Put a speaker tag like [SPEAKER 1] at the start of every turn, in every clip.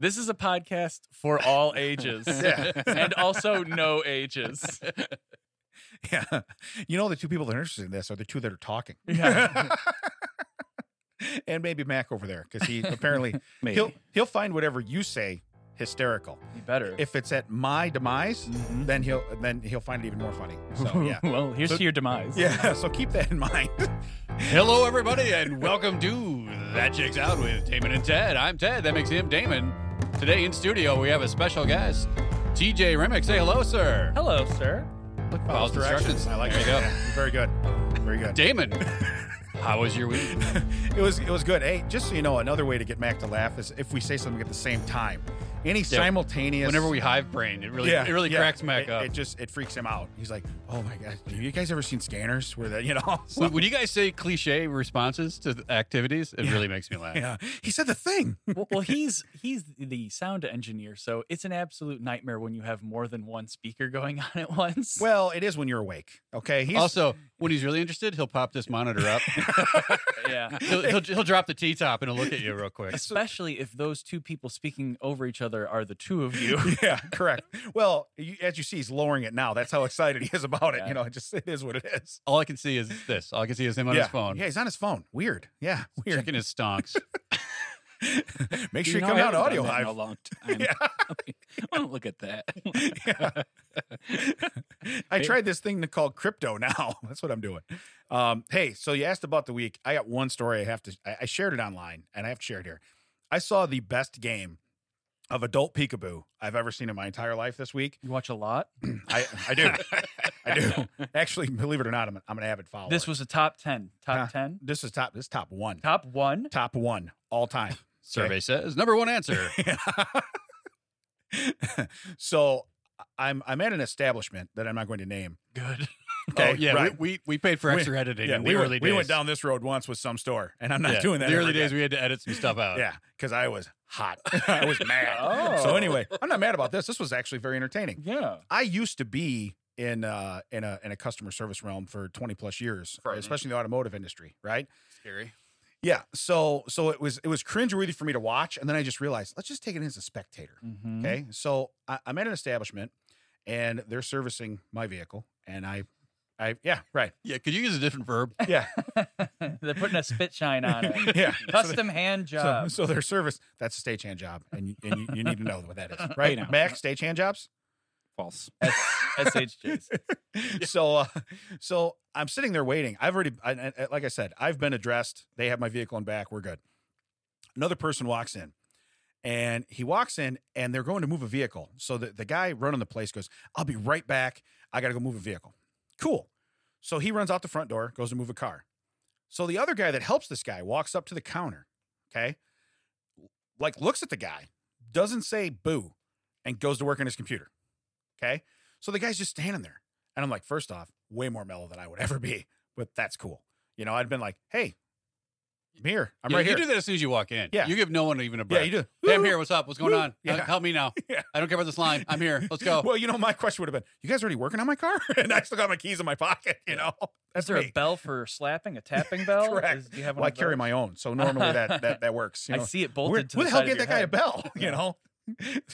[SPEAKER 1] This is a podcast for all ages
[SPEAKER 2] Yeah.
[SPEAKER 1] and also no ages.
[SPEAKER 2] Yeah. You know, the two people that are interested in this are the two that are talking.
[SPEAKER 1] Yeah.
[SPEAKER 2] and maybe Mac over there, because he apparently
[SPEAKER 3] Maybe.
[SPEAKER 2] he'll he'll find whatever you say hysterical.
[SPEAKER 1] You better.
[SPEAKER 2] If it's at my demise,
[SPEAKER 3] Mhm.
[SPEAKER 2] then he'll then he'll find it even more funny. So yeah.
[SPEAKER 1] well, here's
[SPEAKER 3] So-
[SPEAKER 1] to your demise.
[SPEAKER 2] Yeah, so keep that in mind.
[SPEAKER 3] Hello, everybody, and welcome to That Checks Out with Damon and Ted. I'm Ted. That makes him Damon. Today in studio, we have a special guest, TJ Remick. Say hello, sir.
[SPEAKER 1] Hello, sir.
[SPEAKER 3] Look,
[SPEAKER 2] Follows directions. I like
[SPEAKER 3] there
[SPEAKER 2] it.
[SPEAKER 3] you go.
[SPEAKER 2] Yeah, Very good. Very good.
[SPEAKER 3] Damon, how was your week?
[SPEAKER 2] It was it was good. Hey, just so you know, another way to get Mac to laugh is if we say something at the same time. Any simultaneous
[SPEAKER 3] Whenever we hive brain, it really, it really cracks Mac
[SPEAKER 2] it,
[SPEAKER 3] up.
[SPEAKER 2] It just it freaks him out. He's like, "Oh my god, have you guys ever seen scanners where that you know?" so-
[SPEAKER 3] When- when you guys say cliche responses to the activities, it
[SPEAKER 2] Yeah.
[SPEAKER 3] really makes me laugh.
[SPEAKER 2] yeah, he said the thing.
[SPEAKER 1] Well, well, he's he's the sound engineer, so it's an absolute nightmare when you have more than one speaker going on at once.
[SPEAKER 2] Well, it is when you're awake. Okay, he's
[SPEAKER 3] Also, when he's really interested, he'll pop this monitor up.
[SPEAKER 1] yeah.
[SPEAKER 3] he'll, he'll, he'll drop the T top and he'll look at you real quick.
[SPEAKER 1] Especially if those two people speaking over each other are the two of you.
[SPEAKER 2] yeah, correct. Well, you, as you see, he's lowering it now. That's how excited he is about it.
[SPEAKER 1] Yeah.
[SPEAKER 2] You know, it just it is what it is.
[SPEAKER 3] All I can see is this. All I can see is him on
[SPEAKER 2] yeah.
[SPEAKER 3] his phone,
[SPEAKER 2] Yeah, he's on his phone. Weird. Yeah, weird.
[SPEAKER 3] checking his stonks.
[SPEAKER 2] Make
[SPEAKER 1] You
[SPEAKER 2] sure you,
[SPEAKER 1] know,
[SPEAKER 2] come
[SPEAKER 1] I
[SPEAKER 2] down
[SPEAKER 1] haven't
[SPEAKER 2] to audio
[SPEAKER 1] done that in
[SPEAKER 2] hive.
[SPEAKER 1] a long time.
[SPEAKER 2] Yeah.
[SPEAKER 1] I don't look at that.
[SPEAKER 2] I tried this thing called crypto now. That's what I'm doing. Um, hey, so you asked about the week. I got one story I have to, I, I shared it online and I have to share it here. I saw the best game of adult peekaboo I've ever seen in my entire life this week.
[SPEAKER 1] You watch a lot.
[SPEAKER 2] I, I do. I do. Actually, believe it or not, I'm, an- I'm an avid follower.
[SPEAKER 1] This was a top ten.
[SPEAKER 2] Huh.
[SPEAKER 1] Top ten.
[SPEAKER 2] this is top, this is top one,
[SPEAKER 1] Top one.
[SPEAKER 2] top one all time.
[SPEAKER 3] Survey says number one answer.
[SPEAKER 2] so I'm, I'm at an establishment that I'm not going to name.
[SPEAKER 1] Good.
[SPEAKER 2] Okay.
[SPEAKER 3] oh yeah,
[SPEAKER 2] right.
[SPEAKER 3] we, we we paid for
[SPEAKER 2] We-
[SPEAKER 3] extra editing. in the
[SPEAKER 2] we, went-
[SPEAKER 3] early
[SPEAKER 2] we
[SPEAKER 3] days.
[SPEAKER 2] went down this road once with some store, and I'm not
[SPEAKER 3] Yeah,
[SPEAKER 2] doing that.
[SPEAKER 3] The
[SPEAKER 2] ever
[SPEAKER 3] early days
[SPEAKER 2] again.
[SPEAKER 3] we had to edit some stuff out.
[SPEAKER 2] yeah, because I was hot. I was mad. So
[SPEAKER 1] Oh.
[SPEAKER 2] anyway, I'm not mad about this. This was actually very entertaining.
[SPEAKER 1] Yeah.
[SPEAKER 2] I used to be in uh, in a in a customer service realm for 20 plus years,
[SPEAKER 3] Right.
[SPEAKER 2] especially in the automotive industry, right?
[SPEAKER 3] Scary.
[SPEAKER 2] Yeah. So so it was it was cringeworthy for me to watch, and then I just realized let's just take it in as a spectator.
[SPEAKER 1] Mhm.
[SPEAKER 2] Okay. So I, I'm at an establishment, and they're servicing my vehicle, and I, I yeah right
[SPEAKER 3] Yeah, could you use a different verb?
[SPEAKER 2] yeah
[SPEAKER 1] They're putting a spit shine on it.
[SPEAKER 2] yeah So
[SPEAKER 1] Custom hand
[SPEAKER 2] So,
[SPEAKER 1] job.
[SPEAKER 2] so their service, that's a stagehand job. And, you- and you, you need to know what that is,
[SPEAKER 1] I
[SPEAKER 2] right?
[SPEAKER 1] know.
[SPEAKER 2] Mac, stagehand jobs.
[SPEAKER 3] False.
[SPEAKER 1] SHJs.
[SPEAKER 2] So, uh, so I'm sitting there waiting. I've already, I, I- like I said, I've been addressed. They have my vehicle in back. We're good. Another person walks in and he walks in and they're going to move a vehicle. So the, the guy running the place goes, I'll be right back. I got to go move a vehicle. Cool. So he runs out the front door, goes to move a car. So the other guy that helps this guy walks up to the counter, okay? Like looks at the guy, doesn't say boo, and goes to work on his computer. Okay? So the guy's just standing there. And I'm like, first off, way more mellow than I would ever be, but that's cool. You know, I'd been like, hey, I'm here. I'm
[SPEAKER 3] yeah,
[SPEAKER 2] right
[SPEAKER 3] you
[SPEAKER 2] here.
[SPEAKER 3] do that as soon as you walk in.
[SPEAKER 2] Yeah.
[SPEAKER 3] You give no one even a break.
[SPEAKER 2] yeah, you do.
[SPEAKER 3] Hey, I'm here. What's up? What's going
[SPEAKER 2] Woo.
[SPEAKER 3] on?
[SPEAKER 2] Yeah.
[SPEAKER 3] Uh, help me now.
[SPEAKER 2] Yeah.
[SPEAKER 3] I don't care about this line. I'm here. Let's go.
[SPEAKER 2] Well, you know, my question would have been, you guys already working on my car? and I still got my keys in my pocket, you know?
[SPEAKER 1] Is
[SPEAKER 2] That's
[SPEAKER 1] there a
[SPEAKER 2] me.
[SPEAKER 1] bell for slapping? A tapping bell?
[SPEAKER 2] Correct.
[SPEAKER 1] Is- do you have one
[SPEAKER 2] Well, I
[SPEAKER 1] of
[SPEAKER 2] carry
[SPEAKER 1] those?
[SPEAKER 2] my own. So normally that that, that works. You know?
[SPEAKER 1] I see it bolted
[SPEAKER 2] Where,
[SPEAKER 1] to the
[SPEAKER 2] who the hell
[SPEAKER 1] side of
[SPEAKER 2] gave
[SPEAKER 1] your
[SPEAKER 2] that guy a
[SPEAKER 1] head.
[SPEAKER 2] bell?
[SPEAKER 1] Yeah.
[SPEAKER 2] You know,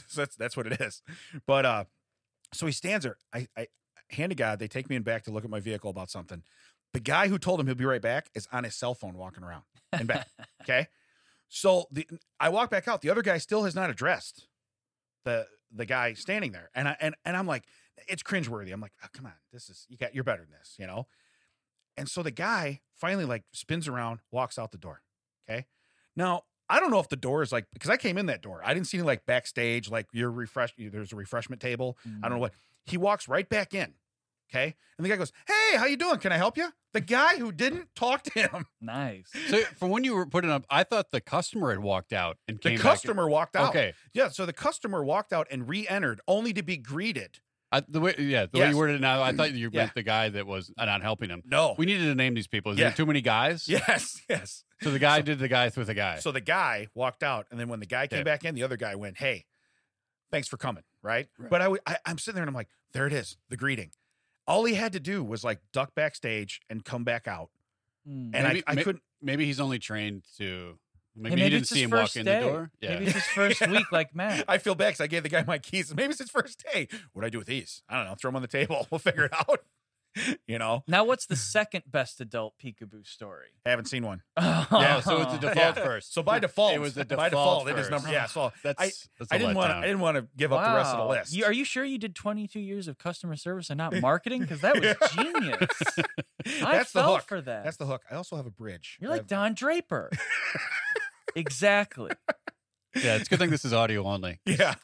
[SPEAKER 2] so that's that's what it is. But uh, so he stands there. I, I hand to God, they take me in back to look at my vehicle about something. The guy who told him he'll be right back is on his cell phone walking around and back. okay, so the I walk back out. The other guy still has not addressed the the guy standing there, and I and and I'm like, it's cringeworthy. I'm like, oh, come on, this is you got you're better than this, you know. And so the guy finally like spins around, walks out the door. Okay. Now, I don't know if the door is like because I came in that door. I didn't see any like backstage, like you're refresh there's a refreshment table. I
[SPEAKER 3] Mm-hmm.
[SPEAKER 2] don't know what. He walks right back in. Okay. And the guy goes, Hey, how you doing? Can I help you? The guy who didn't talk to him.
[SPEAKER 1] Hmm. Nice.
[SPEAKER 3] so from when you were putting up, I thought the customer had walked out and
[SPEAKER 2] The
[SPEAKER 3] came back.
[SPEAKER 2] customer walked out.
[SPEAKER 3] Okay.
[SPEAKER 2] Yeah. So the customer walked out and re-entered only to be greeted.
[SPEAKER 3] I, the way, yeah, the way
[SPEAKER 2] Yes.
[SPEAKER 3] you worded it now, I thought you
[SPEAKER 2] Yeah.
[SPEAKER 3] meant the guy that was not helping him.
[SPEAKER 2] No.
[SPEAKER 3] We needed to name these people. Is
[SPEAKER 2] Yeah.
[SPEAKER 3] there too many guys?
[SPEAKER 2] yes, yes.
[SPEAKER 3] So the guy did the guys with the guy.
[SPEAKER 2] So the guy walked out, and then when the guy came
[SPEAKER 3] Yeah.
[SPEAKER 2] back in, the other guy went, "Hey, thanks for coming." Right?
[SPEAKER 3] Right.
[SPEAKER 2] But I, w- I, I'm sitting there and I'm like, "There it is, the greeting." All he had to do was like duck backstage and come back out,
[SPEAKER 1] Mm.
[SPEAKER 2] and
[SPEAKER 3] Maybe-
[SPEAKER 2] I, I
[SPEAKER 3] may-
[SPEAKER 2] couldn't.
[SPEAKER 3] Maybe he's only trained to Maybe
[SPEAKER 1] Hey,
[SPEAKER 3] you
[SPEAKER 1] maybe
[SPEAKER 3] didn't
[SPEAKER 1] it's
[SPEAKER 3] see
[SPEAKER 1] his
[SPEAKER 3] him walk
[SPEAKER 1] first
[SPEAKER 3] in the
[SPEAKER 1] day.
[SPEAKER 3] door. Yeah.
[SPEAKER 1] Maybe it's his first week, like Matt.
[SPEAKER 2] I feel bad because I gave the guy my keys. Maybe it's his first day. What do I do with these? I don't know. Throw them on the table. We'll figure it out. you know,
[SPEAKER 1] Now, what's the second best adult peekaboo story?
[SPEAKER 2] haven't seen one.
[SPEAKER 1] Oh,
[SPEAKER 3] yeah, so it's a default
[SPEAKER 2] Yeah.
[SPEAKER 3] first.
[SPEAKER 2] So by default,
[SPEAKER 3] it was the default.
[SPEAKER 2] by default,
[SPEAKER 3] first.
[SPEAKER 2] it is number. Yeah, so
[SPEAKER 3] That's,
[SPEAKER 2] I-
[SPEAKER 3] that's a
[SPEAKER 2] I didn't want to. I
[SPEAKER 3] letdown.
[SPEAKER 2] didn't want to give up the rest of the
[SPEAKER 1] Wow.
[SPEAKER 2] list.
[SPEAKER 1] You, are you sure you did 22 years of customer service and not marketing? Because that was genius. I
[SPEAKER 2] That's the
[SPEAKER 1] fell
[SPEAKER 2] hook.
[SPEAKER 1] for that.
[SPEAKER 2] That's the hook. I also have a bridge.
[SPEAKER 1] You're
[SPEAKER 2] I
[SPEAKER 1] like
[SPEAKER 2] have-
[SPEAKER 1] Don Draper. exactly.
[SPEAKER 3] Yeah, it's a good thing this is audio only.
[SPEAKER 2] yeah,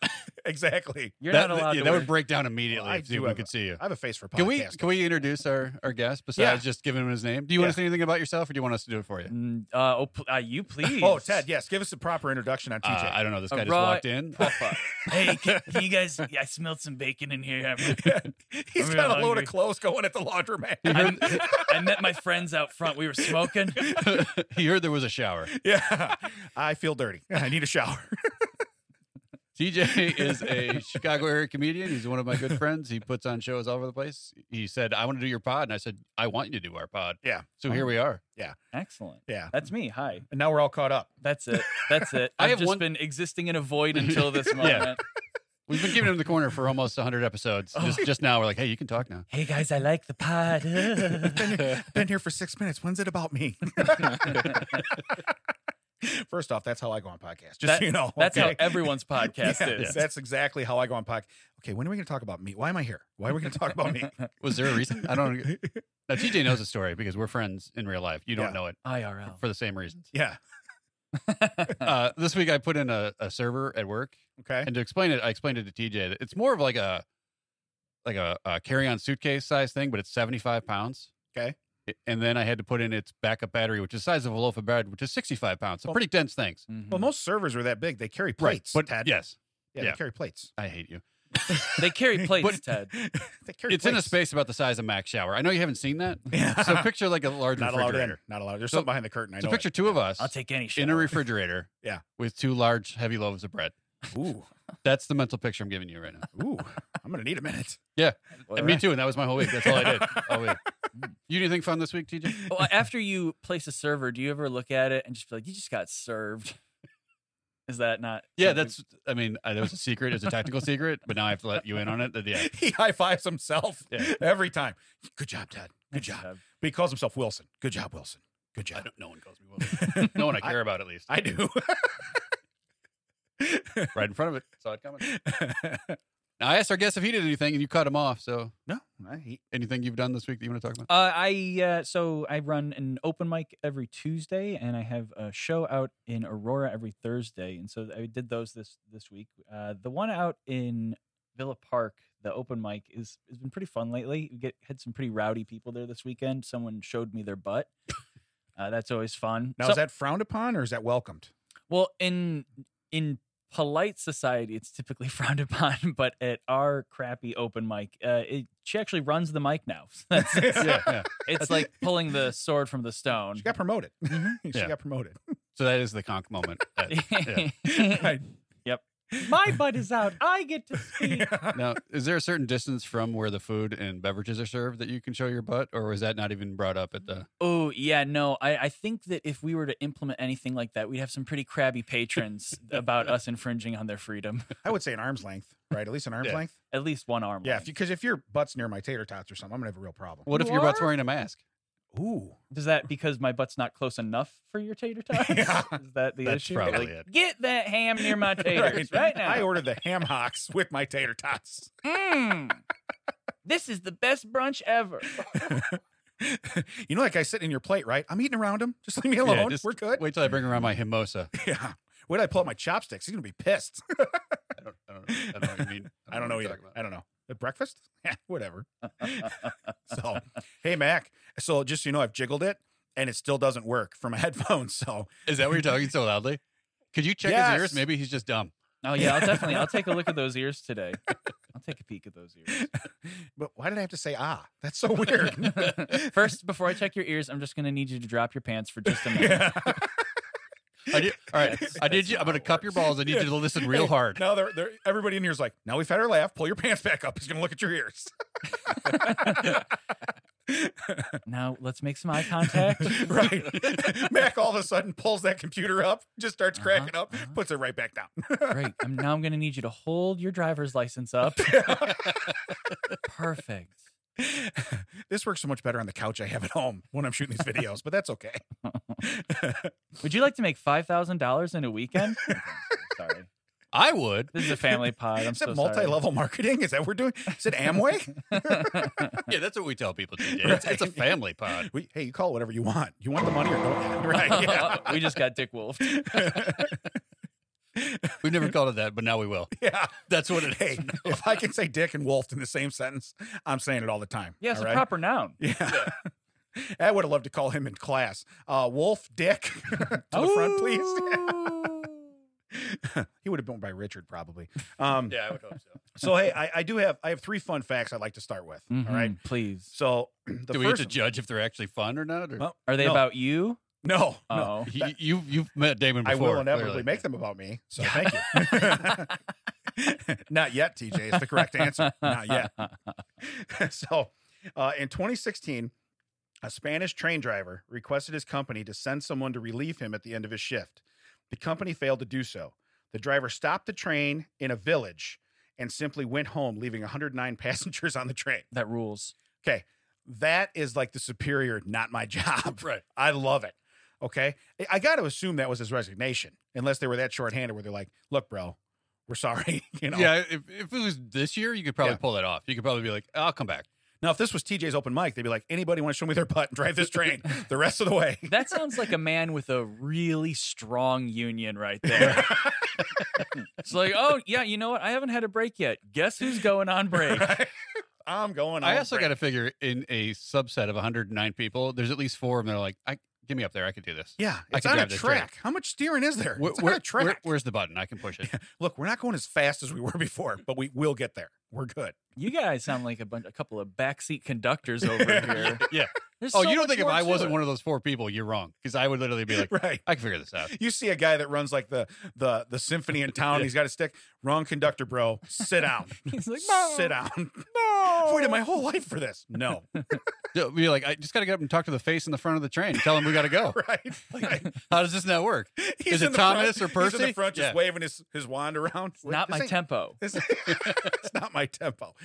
[SPEAKER 2] exactly.
[SPEAKER 1] You're
[SPEAKER 3] that,
[SPEAKER 1] not allowed
[SPEAKER 3] yeah,
[SPEAKER 1] to.
[SPEAKER 3] that
[SPEAKER 1] wear-
[SPEAKER 3] would break down immediately
[SPEAKER 2] Well, I
[SPEAKER 3] if
[SPEAKER 2] do
[SPEAKER 3] people
[SPEAKER 2] have
[SPEAKER 3] could see you.
[SPEAKER 2] I have a face for podcasting.
[SPEAKER 3] Can we can we introduce our, our guest besides just giving him his name? Do you want
[SPEAKER 2] Yeah.
[SPEAKER 3] to say anything about yourself, or do you want us to do it for you?
[SPEAKER 1] Mm, uh, oh, pl- uh, you please.
[SPEAKER 2] Oh, Ted, yes. Give us a proper introduction on
[SPEAKER 3] Uh,
[SPEAKER 2] TJ.
[SPEAKER 3] I don't know. This
[SPEAKER 1] A
[SPEAKER 3] guy just
[SPEAKER 1] raw-
[SPEAKER 3] walked in.
[SPEAKER 1] Papa. hey, can, can you guys? I smelled some bacon in here. I'm-
[SPEAKER 2] He's
[SPEAKER 1] I'm
[SPEAKER 2] got
[SPEAKER 1] real
[SPEAKER 2] a load
[SPEAKER 1] hungry.
[SPEAKER 2] of clothes going at the laundromat.
[SPEAKER 1] I'm- I met my friends out front. We were smoking.
[SPEAKER 3] he heard there was a shower.
[SPEAKER 2] yeah, I feel dirty. I need a shower.
[SPEAKER 3] TJ is a Chicago area comedian. He's one of my good friends. He puts on shows all over the place. He said, "I want to do your pod," and I said, "I want you to do our pod."
[SPEAKER 2] Yeah.
[SPEAKER 3] So here we are.
[SPEAKER 1] Excellent.
[SPEAKER 2] Yeah,
[SPEAKER 1] That's me. Hi.
[SPEAKER 2] and now we're all caught up.
[SPEAKER 1] That's it. That's it.
[SPEAKER 3] I
[SPEAKER 1] I've
[SPEAKER 3] have
[SPEAKER 1] just
[SPEAKER 3] one-
[SPEAKER 1] been existing in a void until this
[SPEAKER 3] Yeah.
[SPEAKER 1] moment.
[SPEAKER 3] We've been keeping him in the corner for almost 100 episodes.
[SPEAKER 2] Oh.
[SPEAKER 3] Just, just now, we're like, "Hey, you can talk now."
[SPEAKER 1] Hey guys, I like the pod.
[SPEAKER 2] Been here for six minutes. When's it about me? First off, that's how I go on podcasts. Just
[SPEAKER 1] That-
[SPEAKER 2] so you know,
[SPEAKER 1] That's
[SPEAKER 2] okay?
[SPEAKER 1] how everyone's podcast
[SPEAKER 2] Yeah,
[SPEAKER 1] is.
[SPEAKER 2] That's exactly how I go on podcast. Okay, when are we going to talk about me? Why am I here? Why are we going to talk about me?
[SPEAKER 3] Was there a reason? I don't. Now TJ knows the story because we're friends in real life. You don't
[SPEAKER 2] Yeah.
[SPEAKER 3] know it
[SPEAKER 1] IRL.
[SPEAKER 3] for the same reasons.
[SPEAKER 2] yeah.
[SPEAKER 3] Uh, this week I put in a, a server at work,
[SPEAKER 2] Okay.
[SPEAKER 3] and to explain it, I explained it to TJ. That it's more of like a like a, a carry-on suitcase size thing, but it's 75 pounds.
[SPEAKER 2] Okay.
[SPEAKER 3] I- And then I had to put in its backup battery, which is the size of a loaf of bread, which is 65 pounds. So
[SPEAKER 2] Well-
[SPEAKER 3] pretty dense things.
[SPEAKER 1] Mhm.
[SPEAKER 2] Well, most servers are that big. They carry plates.
[SPEAKER 3] But
[SPEAKER 2] Ted.
[SPEAKER 3] yes,
[SPEAKER 2] yeah,
[SPEAKER 3] yeah.
[SPEAKER 2] they carry plates.
[SPEAKER 3] I hate you.
[SPEAKER 1] they carry plates,
[SPEAKER 3] But-
[SPEAKER 1] Ted.
[SPEAKER 2] They carry
[SPEAKER 3] it's in a
[SPEAKER 2] plates.
[SPEAKER 3] space about the size of Mac shower. I know you haven't seen that.
[SPEAKER 2] Yeah.
[SPEAKER 3] So picture like a large
[SPEAKER 2] not allowed in.
[SPEAKER 3] refrigerator.
[SPEAKER 2] Not allowed. There's
[SPEAKER 3] So-
[SPEAKER 2] something behind the curtain. I
[SPEAKER 3] So
[SPEAKER 2] know.
[SPEAKER 3] picture
[SPEAKER 2] it.
[SPEAKER 3] two of us
[SPEAKER 1] I'll take any shit.
[SPEAKER 3] in a refrigerator.
[SPEAKER 2] Yeah.
[SPEAKER 3] With two large heavy loaves of bread.
[SPEAKER 2] Ooh,
[SPEAKER 3] That's the mental picture I'm giving you right now.
[SPEAKER 2] ooh. I'm gonna need a minute.
[SPEAKER 3] And me too. And that was my whole week. That's all I did. all week. You do anything fun this week, TJ?
[SPEAKER 1] Well, after you place a server, do you ever look at it and just be like, "You just got served"? Is that not?
[SPEAKER 3] Yeah,
[SPEAKER 1] something-
[SPEAKER 3] that's. I mean, uh, that was a secret. It's a technical secret, but now I have to let you in on it. That yeah,
[SPEAKER 2] He high fives himself
[SPEAKER 3] Yeah.
[SPEAKER 2] every time. Good job, Ted. Good
[SPEAKER 1] Thanks,
[SPEAKER 2] job.
[SPEAKER 1] Ted.
[SPEAKER 2] But he calls himself Wilson. Good job, Wilson. Good
[SPEAKER 3] I
[SPEAKER 2] job.
[SPEAKER 3] don't, no one calls me Wilson. No one I care about, at least.
[SPEAKER 2] I do.
[SPEAKER 3] right in front of it. Saw it coming. Now, I asked our guest if he did anything, and you cut him off. So,
[SPEAKER 2] no, I hate.
[SPEAKER 3] anything you've done this week that you want to talk about?
[SPEAKER 1] Uh, I uh, so I run an open mic every Tuesday, and I have a show out in Aurora every Thursday, and so I did those this this week. Uh, the one out in Villa Park, the open mic is has been pretty fun lately. We get had some pretty rowdy people there this weekend. Someone showed me their butt. Uh, that's always fun.
[SPEAKER 2] Now
[SPEAKER 1] So-
[SPEAKER 2] is that frowned upon or is that welcomed?
[SPEAKER 1] well, in in polite society, it's typically frowned upon, but at our crappy open mic, uh, it, she actually runs the mic now. That's,
[SPEAKER 3] yeah, yeah.
[SPEAKER 1] it's like pulling the sword from the stone.
[SPEAKER 2] She got promoted. she
[SPEAKER 3] Mm-hmm. Yeah.
[SPEAKER 2] got promoted.
[SPEAKER 3] So that is the conk moment. Uh, yeah.
[SPEAKER 2] I-
[SPEAKER 1] My butt is out. I get to speak.
[SPEAKER 3] Now, is there a certain distance from where the food and beverages are served that you can show your butt, or was that not even brought up at the?
[SPEAKER 1] Oh yeah, no. I, I think that if we were to implement anything like that, we'd have some pretty crabby patrons about us infringing on their freedom.
[SPEAKER 2] I would say an arm's length, right? At least an arm's
[SPEAKER 3] Yeah.
[SPEAKER 2] length.
[SPEAKER 1] At least one arm.
[SPEAKER 2] Yeah,
[SPEAKER 1] length.
[SPEAKER 2] because if, your butt's near my tater tots or something, I'm gonna have a real problem.
[SPEAKER 3] What if
[SPEAKER 1] You
[SPEAKER 3] your butt's
[SPEAKER 1] are?
[SPEAKER 3] wearing a mask?
[SPEAKER 2] Ooh,
[SPEAKER 1] Is that because my butt's not close enough for your tater tots?
[SPEAKER 2] Yeah.
[SPEAKER 1] Is that the
[SPEAKER 3] That's
[SPEAKER 1] issue?
[SPEAKER 3] probably
[SPEAKER 1] Like,
[SPEAKER 3] it.
[SPEAKER 1] Get that ham near my taters right, now.
[SPEAKER 2] I ordered the ham hocks with my tater tots.
[SPEAKER 1] Mm. this is the best brunch ever.
[SPEAKER 2] you know that guy sitting in your plate, right? I'm eating around him. Just leave me alone.
[SPEAKER 3] just
[SPEAKER 2] We're good.
[SPEAKER 3] Wait till I bring around my mimosa.
[SPEAKER 2] Yeah. Wait, till I pull out my chopsticks. He's gonna be pissed.
[SPEAKER 3] I don't, I don't, I don't know what you mean.
[SPEAKER 2] I don't know
[SPEAKER 3] what you're
[SPEAKER 2] either.
[SPEAKER 3] talking about.
[SPEAKER 2] I don't know. At breakfast? Yeah, whatever. so, hey Mac. So just so you know, I've jiggled it and it still doesn't work for my headphones. So
[SPEAKER 3] Is that what you're talking so loudly? Could you check his
[SPEAKER 2] Yes.
[SPEAKER 3] ears? Maybe he's just dumb.
[SPEAKER 1] Oh yeah, I'll definitely. I'll take a look at those ears today. I'll take a peek at those ears.
[SPEAKER 2] but why did I have to say ah? That's so weird.
[SPEAKER 1] First, before I check your ears, I'm just gonna need you to drop your pants for just a minute.
[SPEAKER 2] Yeah.
[SPEAKER 3] I need, all right,
[SPEAKER 1] That's-
[SPEAKER 3] I need
[SPEAKER 1] that's
[SPEAKER 3] you. I'm
[SPEAKER 1] not
[SPEAKER 3] going to cup your balls. I need you to listen real
[SPEAKER 2] Hey,
[SPEAKER 3] hard.
[SPEAKER 2] Now they're, they're, everybody in here is like, now we've had our laugh. Pull your pants back up. He's going to look at your ears.
[SPEAKER 1] Now let's make some eye contact.
[SPEAKER 2] right. Mac all of a sudden pulls that computer up, just starts
[SPEAKER 1] Uh-huh,
[SPEAKER 2] cracking up,
[SPEAKER 1] uh-huh.
[SPEAKER 2] puts it right back down.
[SPEAKER 1] Great. I'm, now I'm going to need you to hold your driver's license up. Perfect.
[SPEAKER 2] this works so much better on the couch I have at home when I'm shooting these videos, but that's okay.
[SPEAKER 1] Would you like to make five thousand dollars in a weekend? Okay, sorry,
[SPEAKER 3] I would.
[SPEAKER 1] this is a family pod. I'm
[SPEAKER 2] is
[SPEAKER 1] so
[SPEAKER 2] it multi-level marketing? Is that what we're doing? Is it Amway?
[SPEAKER 1] sorry.
[SPEAKER 3] Yeah, that's what we tell people to do. It's, it's a
[SPEAKER 2] Right.
[SPEAKER 3] family pod.
[SPEAKER 2] we, hey, you call it whatever you want. You want the money or don't? you? Right. Yeah.
[SPEAKER 1] we just got Dick Wolf.
[SPEAKER 3] We've never called it that, but now we will.
[SPEAKER 2] yeah.
[SPEAKER 3] That's what it is.
[SPEAKER 2] Hey, if I can say dick and wolf in the same sentence, I'm saying it all the time.
[SPEAKER 1] Yeah, it's
[SPEAKER 2] all
[SPEAKER 1] a
[SPEAKER 2] right?
[SPEAKER 1] proper noun.
[SPEAKER 2] Yeah. I would have loved to call him in class. Uh, Wolf Dick to the front,
[SPEAKER 1] Oh.
[SPEAKER 2] please. he would have been by Richard probably. Um,
[SPEAKER 3] Yeah, I would hope so.
[SPEAKER 2] So hey, I, I do have I have three fun facts I'd like to start with. all
[SPEAKER 1] Mhm,
[SPEAKER 2] right.
[SPEAKER 1] please.
[SPEAKER 2] So the
[SPEAKER 3] Mm-hmm. do we get
[SPEAKER 2] first
[SPEAKER 3] to judge if they're actually fun or not? Or?
[SPEAKER 2] Well,
[SPEAKER 1] Are they
[SPEAKER 2] No.
[SPEAKER 1] about you?
[SPEAKER 2] no, no,
[SPEAKER 1] Oh,
[SPEAKER 3] You, you, you've met Damon
[SPEAKER 2] I
[SPEAKER 3] before.
[SPEAKER 2] will inevitably
[SPEAKER 3] clearly.
[SPEAKER 2] make them about me. So thank you. Not yet, TJ. Is the correct answer. Not yet. so, uh, in 2016, a Spanish train driver requested his company to send someone to relieve him at the end of his shift. The company failed to do so. The driver stopped the train in a village and simply went home, leaving 109 passengers on the train.
[SPEAKER 1] that rules.
[SPEAKER 2] That is like the superior, not my job.
[SPEAKER 3] Right.
[SPEAKER 2] I love it. Okay. I- I got to assume that was his resignation, unless they were that shorthanded where they're like, look, bro, we're sorry. you know?
[SPEAKER 3] Yeah, if, if it was this year, you could probably
[SPEAKER 2] Yeah.
[SPEAKER 3] pull that off. You could probably be like, I'll come back.
[SPEAKER 2] Now, if this was TJ's open mic, they'd be like, anybody want to show me their butt and drive this train the rest of the way?
[SPEAKER 1] That sounds like a man with a really strong union right there. it's like, oh yeah, you know what? I haven't had a break yet. Guess who's going on break?
[SPEAKER 2] Right? I'm going.
[SPEAKER 3] I also got to figure in a subset of 109 people, there's at least four of them that are like, I, get me up there. I could do this.
[SPEAKER 2] Yeah,
[SPEAKER 3] I
[SPEAKER 2] it's
[SPEAKER 3] can
[SPEAKER 2] on a
[SPEAKER 3] drive this train.
[SPEAKER 2] track. How much steering is there?
[SPEAKER 3] Where-
[SPEAKER 2] it's on
[SPEAKER 3] where-
[SPEAKER 2] a track.
[SPEAKER 3] where- where's the button? I can push it.
[SPEAKER 2] Look, we're not going as fast as we were before, but we will get there. We're good.
[SPEAKER 1] You guys sound like a bunch, a couple of backseat conductors over here.
[SPEAKER 3] Yeah.
[SPEAKER 1] There's
[SPEAKER 3] oh,
[SPEAKER 1] so
[SPEAKER 3] you don't
[SPEAKER 1] much
[SPEAKER 3] think if
[SPEAKER 1] more
[SPEAKER 3] I
[SPEAKER 1] to
[SPEAKER 3] wasn't
[SPEAKER 1] it.
[SPEAKER 3] one of those four people, you're wrong. Because I would literally be like,
[SPEAKER 2] Right.
[SPEAKER 3] I can figure this out.
[SPEAKER 2] You see a guy that runs like the the the symphony in town. He's got a stick. Wrong conductor, bro. Sit down.
[SPEAKER 1] He's like, "No,
[SPEAKER 2] Sit down.
[SPEAKER 1] no."
[SPEAKER 3] Oh.
[SPEAKER 2] I've waited my whole life for this. No.
[SPEAKER 3] You'll Be like, I just got to get up and talk to the face in the front of the train. Tell him we got to go.
[SPEAKER 2] Right. Like,
[SPEAKER 3] How does this not work?
[SPEAKER 2] he's
[SPEAKER 3] it
[SPEAKER 2] in the front-
[SPEAKER 3] Thomas or
[SPEAKER 2] He's in
[SPEAKER 3] Percy?
[SPEAKER 2] the front, just
[SPEAKER 3] Yeah.
[SPEAKER 2] waving his his wand around.
[SPEAKER 1] It's not
[SPEAKER 2] This
[SPEAKER 1] my
[SPEAKER 2] ain't-
[SPEAKER 1] tempo.
[SPEAKER 2] This, it's not my tempo.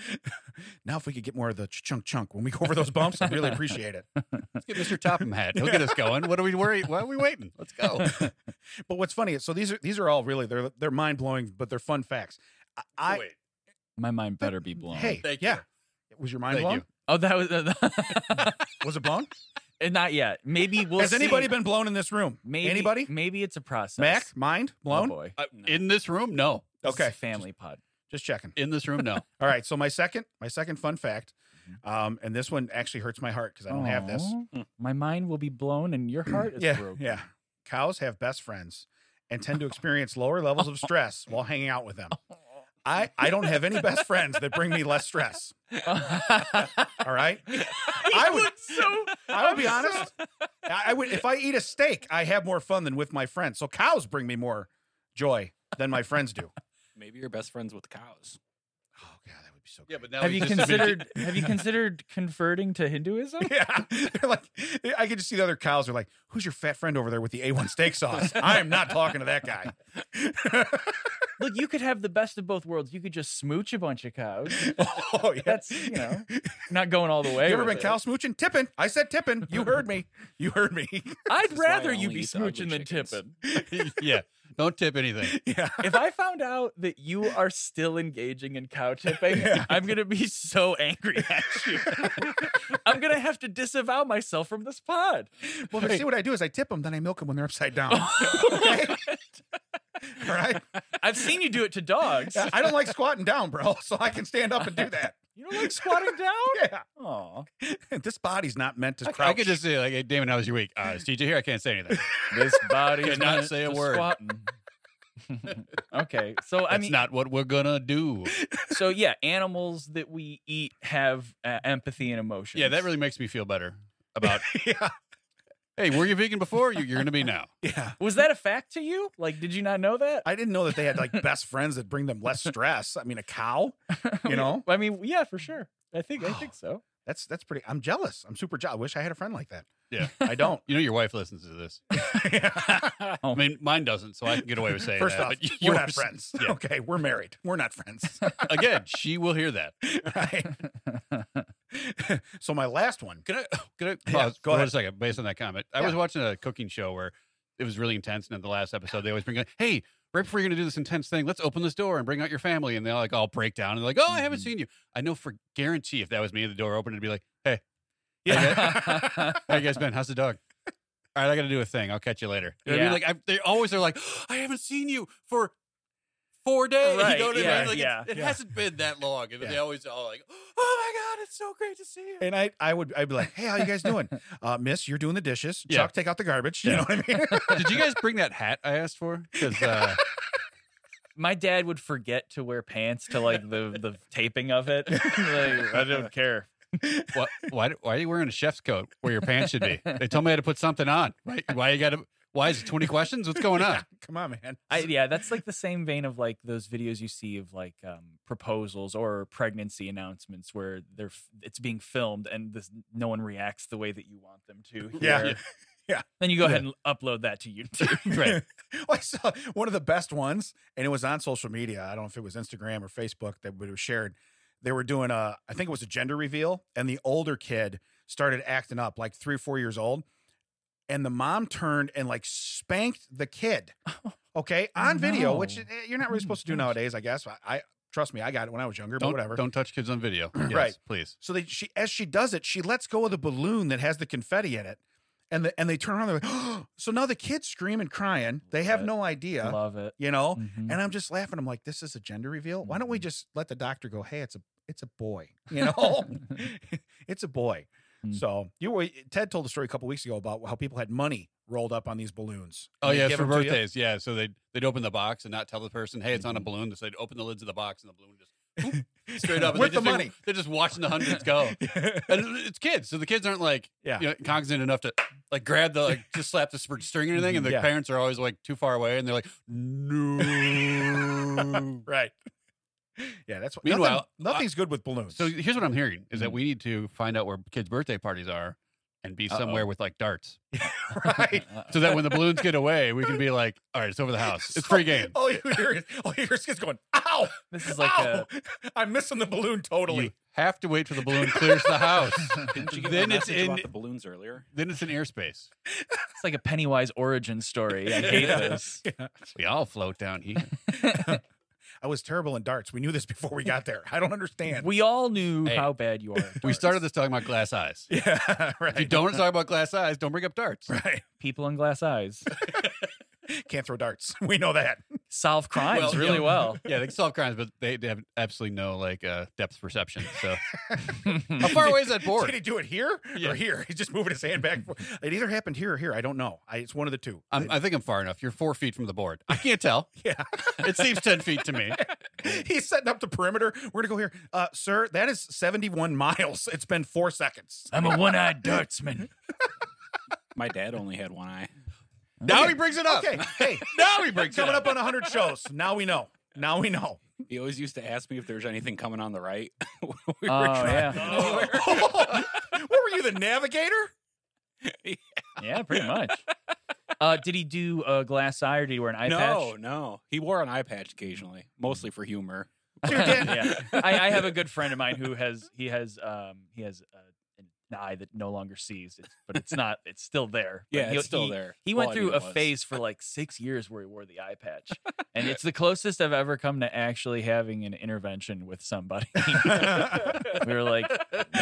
[SPEAKER 2] Now, if we could get more of the chunk chunk when we go over those bumps, I'd really appreciate it.
[SPEAKER 3] Let's get Mr. Topham hat. He'll get us going. What are we worried? Why are we waiting? Let's go.
[SPEAKER 2] But what's funny is so these are these are all really they're they're mind blowing, but they're fun facts. I, I
[SPEAKER 3] Wait.
[SPEAKER 1] My mind better be blown.
[SPEAKER 2] hey
[SPEAKER 3] Thank
[SPEAKER 2] yeah, was your mind
[SPEAKER 3] Thank
[SPEAKER 2] blown?
[SPEAKER 3] you.
[SPEAKER 1] Oh, that was
[SPEAKER 2] Was it blown?
[SPEAKER 1] And not yet. Maybe we'll.
[SPEAKER 2] Has
[SPEAKER 1] see.
[SPEAKER 2] anybody been blown in this room?
[SPEAKER 1] Maybe,
[SPEAKER 2] anybody?
[SPEAKER 1] Maybe it's a process.
[SPEAKER 2] Mac, mind
[SPEAKER 1] oh
[SPEAKER 2] blown?
[SPEAKER 1] boy.
[SPEAKER 3] Uh,
[SPEAKER 1] No.
[SPEAKER 3] in this room, no.
[SPEAKER 1] This is a
[SPEAKER 2] okay,
[SPEAKER 1] family pod.
[SPEAKER 2] just checking.
[SPEAKER 3] In this room, no.
[SPEAKER 2] All right, so my second my second fun fact, um, and this one actually hurts my heart because I don't have this.
[SPEAKER 1] Mm-hmm. Aw. Hmm. My mind will be blown, and your heart is
[SPEAKER 2] yeah,
[SPEAKER 1] broken.
[SPEAKER 2] yeah. Cows have best friends and tend to experience lower levels of stress while hanging out with them. I, I don't have any best friends that bring me less stress. All right. I would
[SPEAKER 1] so.
[SPEAKER 2] I will be honest. I I would if I eat a steak, I have more fun than with my friends. So cows bring me more joy than my friends do.
[SPEAKER 4] Maybe you're best friends with cows.
[SPEAKER 2] Oh god, that would be so
[SPEAKER 3] Yeah,
[SPEAKER 2] great.
[SPEAKER 3] but now
[SPEAKER 1] Have
[SPEAKER 3] we
[SPEAKER 1] you
[SPEAKER 3] just admitted-
[SPEAKER 1] considered? have you considered converting to Hinduism?
[SPEAKER 2] yeah, they're like I could just see the other cows are like, "Who's your fat friend over there with the A1 steak sauce?" I am not talking to that guy.
[SPEAKER 1] Look, you could have the best of both worlds. You could just smooch a bunch of cows.
[SPEAKER 2] oh yeah.
[SPEAKER 1] That's you know, not going all the way.
[SPEAKER 2] you ever
[SPEAKER 1] with
[SPEAKER 2] been
[SPEAKER 1] it.
[SPEAKER 2] cow smooching? Tipping. I said tipping. You heard me. You heard me.
[SPEAKER 1] I'd
[SPEAKER 4] This is why I
[SPEAKER 1] rather you
[SPEAKER 4] only
[SPEAKER 1] be
[SPEAKER 4] eat the ugly
[SPEAKER 1] smooching than
[SPEAKER 4] chickens.
[SPEAKER 1] tipping.
[SPEAKER 3] yeah. Don't tip anything.
[SPEAKER 2] yeah.
[SPEAKER 1] if I found out that you are still engaging in cow tipping, I'm gonna be so angry at you. I'm gonna have to disavow myself from this pod.
[SPEAKER 2] Well, but see what I do is I tip them, then I milk them when they're upside down. okay. All right.
[SPEAKER 1] I've seen you do it to dogs.
[SPEAKER 2] I don't like squatting down, bro. So I can stand up and do that.
[SPEAKER 1] You don't like squatting down?
[SPEAKER 2] Yeah.
[SPEAKER 1] Aw.
[SPEAKER 2] This body's not meant to
[SPEAKER 3] I,
[SPEAKER 2] crouch.
[SPEAKER 3] I could just say, like, hey, Damon, how was your week? Uh, is TJ here? I can't say anything.
[SPEAKER 1] This body
[SPEAKER 3] is Cannot meant say a to word.
[SPEAKER 1] okay. So I
[SPEAKER 3] That's
[SPEAKER 1] mean
[SPEAKER 3] not what we're going to do.
[SPEAKER 1] so yeah, animals that we eat have uh, empathy and emotion.
[SPEAKER 3] Yeah, that really makes me feel better about,
[SPEAKER 2] yeah.
[SPEAKER 3] hey, were you vegan before? You- You're going to be now.
[SPEAKER 2] Yeah.
[SPEAKER 1] was that a fact to you? Like, did you not know that?
[SPEAKER 2] I didn't know that they had like best friends that bring them less stress. I mean, a cow, you know?
[SPEAKER 1] I mean, yeah, for sure. I think I think so.
[SPEAKER 2] That's that's pretty. I'm jealous. I'm super jealous. I wish I had a friend like that.
[SPEAKER 3] Yeah.
[SPEAKER 2] I don't.
[SPEAKER 3] You know, your wife listens to this.
[SPEAKER 1] Oh.
[SPEAKER 3] I mean, mine doesn't, so I can get away with saying
[SPEAKER 2] First
[SPEAKER 3] that.
[SPEAKER 2] off,
[SPEAKER 3] but y-
[SPEAKER 2] we're not
[SPEAKER 3] yours-
[SPEAKER 2] friends.
[SPEAKER 3] Yeah.
[SPEAKER 2] Okay, we're married. We're not friends.
[SPEAKER 3] Again, she will hear that.
[SPEAKER 2] right? so my last one.
[SPEAKER 3] Can I, can I
[SPEAKER 2] Yeah,
[SPEAKER 3] pause
[SPEAKER 2] go
[SPEAKER 3] for
[SPEAKER 2] ahead.
[SPEAKER 3] a second based on that comment? I
[SPEAKER 2] Yeah.
[SPEAKER 3] was watching a cooking show where it was really intense. And in the last episode, they always bring in, hey, right before you're going to do this intense thing, let's open this door and bring out your family. And they like all break down and they're like, oh, I haven't
[SPEAKER 1] Mhm.
[SPEAKER 3] seen you. I know for guarantee if that was me and the door opened, it'd be like, hey,
[SPEAKER 2] Yeah.
[SPEAKER 3] how you guys been? How's the dog? All right, I got to do a thing. I'll catch you later. You know
[SPEAKER 1] Yeah.
[SPEAKER 3] what I mean, like I, they always are like, "Oh, I haven't seen you for four days.
[SPEAKER 1] Right,
[SPEAKER 3] you know what I
[SPEAKER 1] yeah,
[SPEAKER 3] mean? Like it's,
[SPEAKER 1] yeah,
[SPEAKER 3] it
[SPEAKER 2] yeah.
[SPEAKER 3] hasn't been that long, and then they
[SPEAKER 2] Yeah.
[SPEAKER 3] always all like, Oh my god, it's so great to see you.
[SPEAKER 2] And I, I would, I'd be like, "Hey, how you guys doing, uh, Miss? You're doing the dishes.
[SPEAKER 3] Yeah.
[SPEAKER 2] Chuck, take out the garbage. You
[SPEAKER 3] Yeah.
[SPEAKER 2] know what I mean?
[SPEAKER 3] Did you guys bring that hat I asked for? Because uh,
[SPEAKER 1] My dad would forget to wear pants to like the the taping of it. Like, I don't care.
[SPEAKER 3] why, why why are you wearing a chef's coat where your pants should be? They told me I had to put something on. Right? Why you got to? Why is it twenty questions? What's going on?
[SPEAKER 2] Yeah, Come on, man.
[SPEAKER 1] I, yeah, that's like the same vein of like those videos you see of like um, proposals or pregnancy announcements where they're f- it's being filmed and this no one reacts the way that you want them to.
[SPEAKER 2] Yeah.
[SPEAKER 1] hear.
[SPEAKER 2] Yeah.
[SPEAKER 1] Then you go ahead and upload that to YouTube.
[SPEAKER 3] Right.
[SPEAKER 2] Well, I saw one of the best ones, and it was on social media. I don't know if it was Instagram or Facebook that but it was shared. They were doing a, I think it was a gender reveal, and the older kid started acting up, like three or four years old, and the mom turned and like spanked the kid. Okay, on video, which
[SPEAKER 1] no.
[SPEAKER 2] eh, you're not
[SPEAKER 1] Oh,
[SPEAKER 2] really supposed to do
[SPEAKER 1] gosh.
[SPEAKER 2] nowadays, I guess. I, I trust me, I got it when I was younger, but
[SPEAKER 3] Don't
[SPEAKER 2] whatever.
[SPEAKER 3] don't touch kids on video. Yes,
[SPEAKER 2] Right.
[SPEAKER 3] Please.
[SPEAKER 2] So they she as she does it, she lets go of the balloon that has the confetti in it. And the, and they turn around, they're like, oh. so now the kid's screaming, crying. They have
[SPEAKER 1] Right.
[SPEAKER 2] no idea,
[SPEAKER 1] Love it.
[SPEAKER 2] you know?
[SPEAKER 3] mm-hmm.
[SPEAKER 1] Mhm.
[SPEAKER 2] Oh, And I'm just laughing. I'm like, this is a gender reveal. Why don't we just let the doctor go, hey, it's a it's a boy, you know? it's a boy.
[SPEAKER 1] Hmm.
[SPEAKER 3] Mm.
[SPEAKER 2] So you were Ted told a story a couple weeks ago about how people had money rolled up on these balloons.
[SPEAKER 3] Oh
[SPEAKER 2] And they
[SPEAKER 3] yeah,
[SPEAKER 2] give
[SPEAKER 3] for
[SPEAKER 2] 'em to you.
[SPEAKER 3] birthdays. Yeah, so they'd they'd open the box and not tell the person, hey, it's on a
[SPEAKER 1] Mhm.
[SPEAKER 3] balloon. So they'd open the lids of the box and the balloon just whoop, straight up and
[SPEAKER 2] With
[SPEAKER 3] they just,
[SPEAKER 2] the
[SPEAKER 3] like,
[SPEAKER 2] money.
[SPEAKER 3] they're just watching the hundreds
[SPEAKER 1] Oh.
[SPEAKER 3] go, and it- it's kids, so the kids aren't like
[SPEAKER 2] Yeah.
[SPEAKER 3] you know, cognizant enough to like grab the like just slap the sp- string or anything, and the
[SPEAKER 2] Yeah.
[SPEAKER 3] parents are always like too far away, and they're like no.
[SPEAKER 2] Right. Yeah, that's what
[SPEAKER 3] Meanwhile,
[SPEAKER 2] nothing, nothing's good with balloons.
[SPEAKER 3] so here's what I'm hearing is that
[SPEAKER 1] Mm.
[SPEAKER 3] we need to find out where kids' birthday parties are and be
[SPEAKER 1] Uh-oh.
[SPEAKER 3] somewhere with like darts,
[SPEAKER 2] right.
[SPEAKER 1] Uh,
[SPEAKER 3] so that when the balloons get away, we can be like, all right, it's over the house, it's free game.
[SPEAKER 2] Oh, you hear it. Oh, you hear kids going, ow!
[SPEAKER 1] This is like
[SPEAKER 2] ow!
[SPEAKER 1] a
[SPEAKER 2] I'm missing the balloon
[SPEAKER 3] You
[SPEAKER 2] totally.
[SPEAKER 3] have to wait till the balloon clears the house.
[SPEAKER 4] Didn't you give
[SPEAKER 3] then
[SPEAKER 4] then a
[SPEAKER 3] it's
[SPEAKER 4] it's
[SPEAKER 3] in
[SPEAKER 4] about the balloons earlier?
[SPEAKER 3] then it's in airspace.
[SPEAKER 1] it's like a Pennywise origin story. I hate
[SPEAKER 2] Yeah.
[SPEAKER 1] this.
[SPEAKER 3] We all float down here.
[SPEAKER 2] I was terrible in darts. We knew this before we got there. I don't understand.
[SPEAKER 1] We all knew
[SPEAKER 3] Hey,
[SPEAKER 1] how bad you are. at
[SPEAKER 3] We started
[SPEAKER 1] darts.
[SPEAKER 3] this talking about glass eyes.
[SPEAKER 2] yeah, right.
[SPEAKER 3] If you don't talk about glass eyes, don't bring up darts.
[SPEAKER 2] Right.
[SPEAKER 1] people in glass eyes
[SPEAKER 2] Can't throw darts. We know that.
[SPEAKER 1] solve crimes
[SPEAKER 3] Well,
[SPEAKER 1] really
[SPEAKER 3] yeah.
[SPEAKER 1] well.
[SPEAKER 3] Yeah, they can solve crimes, but they, they have absolutely no like uh, depth perception. So how far away is that
[SPEAKER 2] Did
[SPEAKER 3] board?
[SPEAKER 2] he do it here
[SPEAKER 3] Yeah.
[SPEAKER 2] or here? He's just moving his hand back. and forth. It either happened here or here. I don't know. I, it's one of the two.
[SPEAKER 3] I'm, I think I'm far enough. You're four feet from the board. I can't tell.
[SPEAKER 2] yeah.
[SPEAKER 3] It seems ten feet to me.
[SPEAKER 2] He's setting up the perimeter. We're going to go here. Uh, sir, that is 71 miles. It's been four seconds.
[SPEAKER 1] I'm a one-eyed dartsman.
[SPEAKER 4] My dad only had one eye.
[SPEAKER 3] Now he brings it up.
[SPEAKER 2] Okay. Hey,
[SPEAKER 3] Now he brings
[SPEAKER 2] coming
[SPEAKER 3] it
[SPEAKER 2] up on 100 shows. Now we know. Now we know.
[SPEAKER 4] He always used to ask me if there's anything coming on the right. when we were
[SPEAKER 1] Oh,
[SPEAKER 4] driving
[SPEAKER 1] yeah.
[SPEAKER 4] anywhere.
[SPEAKER 2] Oh. what were you, the navigator?
[SPEAKER 1] Yeah, pretty much. Uh, did he do a glass eye or did he wear an eye
[SPEAKER 4] no,
[SPEAKER 1] patch?
[SPEAKER 4] no. He wore an eye patch occasionally, mostly for humor.
[SPEAKER 2] Dude, Dan-
[SPEAKER 1] yeah, I, I have a good friend of mine who has he has um he has uh, an eye that no longer sees, it's, but it's not it's still there. But
[SPEAKER 4] Yeah,
[SPEAKER 1] he-
[SPEAKER 4] it's still
[SPEAKER 1] he-
[SPEAKER 4] there.
[SPEAKER 1] He went
[SPEAKER 4] Well, I mean,
[SPEAKER 1] through
[SPEAKER 4] it
[SPEAKER 1] a
[SPEAKER 4] was.
[SPEAKER 1] phase for like six years where he wore the eye patch, and it's the closest I've ever come to actually having an intervention with somebody. we were like,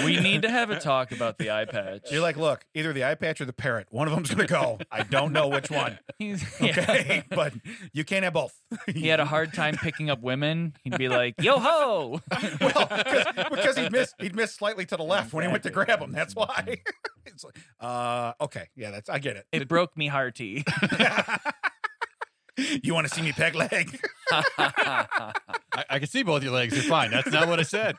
[SPEAKER 1] we need to have a talk about the eye patch.
[SPEAKER 2] You're like, look, either the eye patch or the parrot. One of them's going to go. I don't know which one.
[SPEAKER 1] He's-
[SPEAKER 2] Okay.
[SPEAKER 1] yeah.
[SPEAKER 2] but you can't have both.
[SPEAKER 1] he had a hard time picking up women. He'd be like, "Yo ho!"
[SPEAKER 2] well, 'cause- because he'd missed, he'd missed slightly to the left when he went to grab him. That's why. it's like, uh, okay. Yeah, that's, I get
[SPEAKER 1] It broke me hearty.
[SPEAKER 2] it. you want to see me peg leg?
[SPEAKER 3] I, I can see both your legs. You're fine. That's not what I said.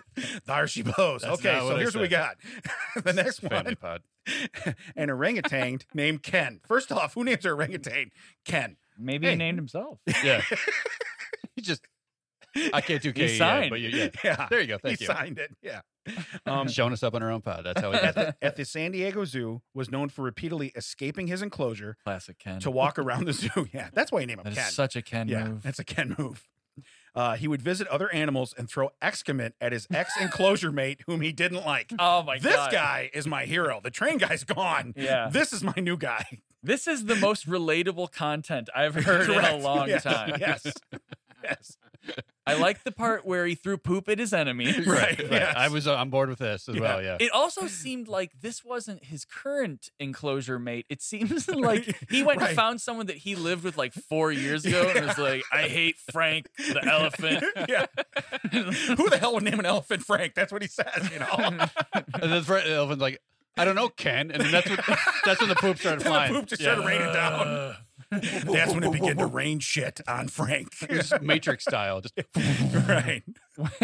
[SPEAKER 2] There she blows.
[SPEAKER 3] That's
[SPEAKER 2] okay,
[SPEAKER 3] not
[SPEAKER 2] so
[SPEAKER 3] what I
[SPEAKER 2] here's what we got. the next
[SPEAKER 3] Family
[SPEAKER 2] one
[SPEAKER 3] pod.
[SPEAKER 2] an orangutan named Ken. First off, who names their orangutan? Ken.
[SPEAKER 1] Maybe
[SPEAKER 2] Hey.
[SPEAKER 1] he named himself.
[SPEAKER 3] Yeah. he just I can't do
[SPEAKER 1] He
[SPEAKER 3] K.
[SPEAKER 1] signed.
[SPEAKER 3] E But you, yeah.
[SPEAKER 2] Yeah.
[SPEAKER 3] There you go.
[SPEAKER 2] He
[SPEAKER 3] Thank you.
[SPEAKER 2] signed it. Yeah. Um,
[SPEAKER 3] showing us up on our own pod. That's how we
[SPEAKER 2] at,
[SPEAKER 3] got
[SPEAKER 2] the, at the San Diego Zoo, was known for repeatedly escaping his enclosure
[SPEAKER 1] Classic Ken.
[SPEAKER 2] to walk around the zoo. Yeah, that's why you name him
[SPEAKER 1] That is
[SPEAKER 2] Ken.
[SPEAKER 1] such a Ken
[SPEAKER 2] yeah,
[SPEAKER 1] move.
[SPEAKER 2] that's a Ken move. Uh, he would visit other animals and throw excrement at his ex enclosure mate, whom he didn't like.
[SPEAKER 1] oh my
[SPEAKER 2] this
[SPEAKER 1] God.
[SPEAKER 2] guy is my hero. The train guy's gone.
[SPEAKER 1] Yeah.
[SPEAKER 2] This is my new guy.
[SPEAKER 1] This is the most relatable content I've heard in a
[SPEAKER 2] Correct.
[SPEAKER 1] long
[SPEAKER 2] Yes,
[SPEAKER 1] time.
[SPEAKER 2] Yes. Yes.
[SPEAKER 1] I like the part where he threw poop at his enemies.
[SPEAKER 2] Right. yes.
[SPEAKER 3] I was uh, on board with this as
[SPEAKER 2] Yeah.
[SPEAKER 3] well. Yeah.
[SPEAKER 1] It also seemed like this wasn't his current enclosure mate. It seems like he went
[SPEAKER 2] Right.
[SPEAKER 1] and found someone that he lived with like four years ago and was like, I hate Frank the elephant.
[SPEAKER 2] yeah. Who the hell would name an elephant Frank? That's what he says, you know?
[SPEAKER 3] and then Fred Elvin's like, I don't know, Ken. And then that's when that's when the poop started
[SPEAKER 2] The
[SPEAKER 3] flying.
[SPEAKER 2] poop just
[SPEAKER 3] Yeah.
[SPEAKER 2] started raining down. That's when it began to rain shit on Frank.
[SPEAKER 3] It was Matrix style. Just
[SPEAKER 2] right.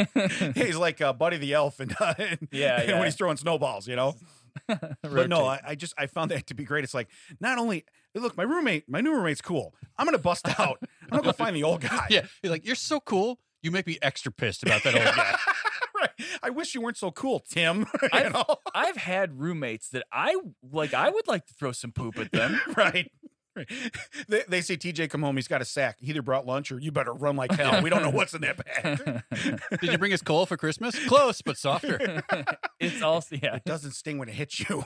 [SPEAKER 2] he's like uh, Buddy the Elf and, uh, and-
[SPEAKER 1] Yeah,
[SPEAKER 2] and
[SPEAKER 1] yeah.
[SPEAKER 2] when he's throwing snowballs, you know? But no, I, I just I found that to be great. It's like not only look, my roommate, my new roommate's cool. I'm gonna bust out. I'm gonna go find the old guy.
[SPEAKER 3] yeah. He's like, you're so cool. You make me extra pissed about that old guy.
[SPEAKER 2] right. I wish you weren't so cool, Tim. you
[SPEAKER 1] I-
[SPEAKER 2] know?
[SPEAKER 1] I've had roommates that I like. I would like to throw some poop at them.
[SPEAKER 2] right. Right. They, they say TJ come home. He's got a sack. He either brought lunch or you better run like hell. We don't know what's in that bag.
[SPEAKER 3] Did you bring us coal for Christmas? Close, but softer.
[SPEAKER 1] It's also yeah.
[SPEAKER 2] It doesn't sting when it hits you.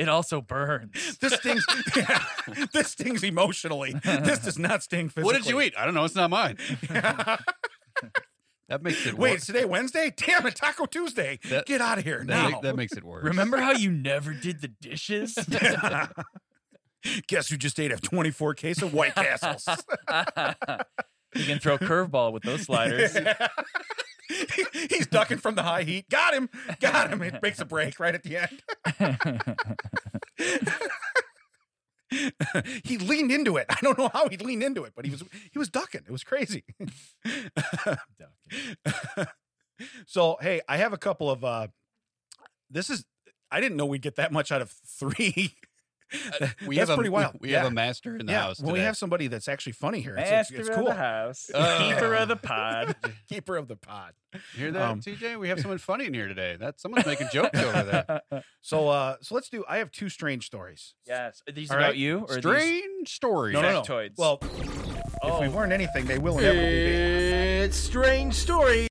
[SPEAKER 1] It also burns.
[SPEAKER 2] this stings. yeah, this stings emotionally. This does not sting physically.
[SPEAKER 3] What did you eat? I don't know. It's not mine. that makes it
[SPEAKER 2] Wait,
[SPEAKER 3] worse.
[SPEAKER 2] it's today Wednesday? Damn it, Taco Tuesday.
[SPEAKER 3] That-
[SPEAKER 2] Get out of here
[SPEAKER 3] That,
[SPEAKER 2] now.
[SPEAKER 3] ma- that makes it worse.
[SPEAKER 1] Remember how you never did the dishes?
[SPEAKER 2] Guess who just ate a 24 case of White Castles?
[SPEAKER 1] you can throw curveball with those sliders.
[SPEAKER 2] He's ducking from the high heat. Got him. Got him. It makes a break right at the end. he leaned into it. I don't know how he leaned into it, but he was he was ducking. It was crazy. so hey, I have a couple of uh this is I didn't know we'd get that much out of three.
[SPEAKER 3] We
[SPEAKER 2] That's
[SPEAKER 3] have a,
[SPEAKER 2] pretty wild.
[SPEAKER 3] We, we
[SPEAKER 2] Yeah.
[SPEAKER 3] have a master in the house.
[SPEAKER 2] well, we
[SPEAKER 3] today.
[SPEAKER 2] have somebody that's actually funny here. It's, it's,
[SPEAKER 1] Master
[SPEAKER 2] it's
[SPEAKER 1] of
[SPEAKER 2] cool. Uh,
[SPEAKER 1] the house,
[SPEAKER 3] Oh.
[SPEAKER 1] keeper of the pod.
[SPEAKER 2] Keeper of the pod.
[SPEAKER 3] Hear that,
[SPEAKER 2] Um,
[SPEAKER 3] TJ? We have someone funny in here today. That someone's making jokes over there.
[SPEAKER 2] So uh so let's do I have two strange stories.
[SPEAKER 1] yes, are these
[SPEAKER 2] All
[SPEAKER 1] about
[SPEAKER 2] right.
[SPEAKER 1] you or are these
[SPEAKER 3] Strange story.
[SPEAKER 2] No, no, no.
[SPEAKER 1] factoids?
[SPEAKER 2] Well,
[SPEAKER 1] oh,
[SPEAKER 2] if we weren't anything, they will inevitably be.
[SPEAKER 5] It's strange story.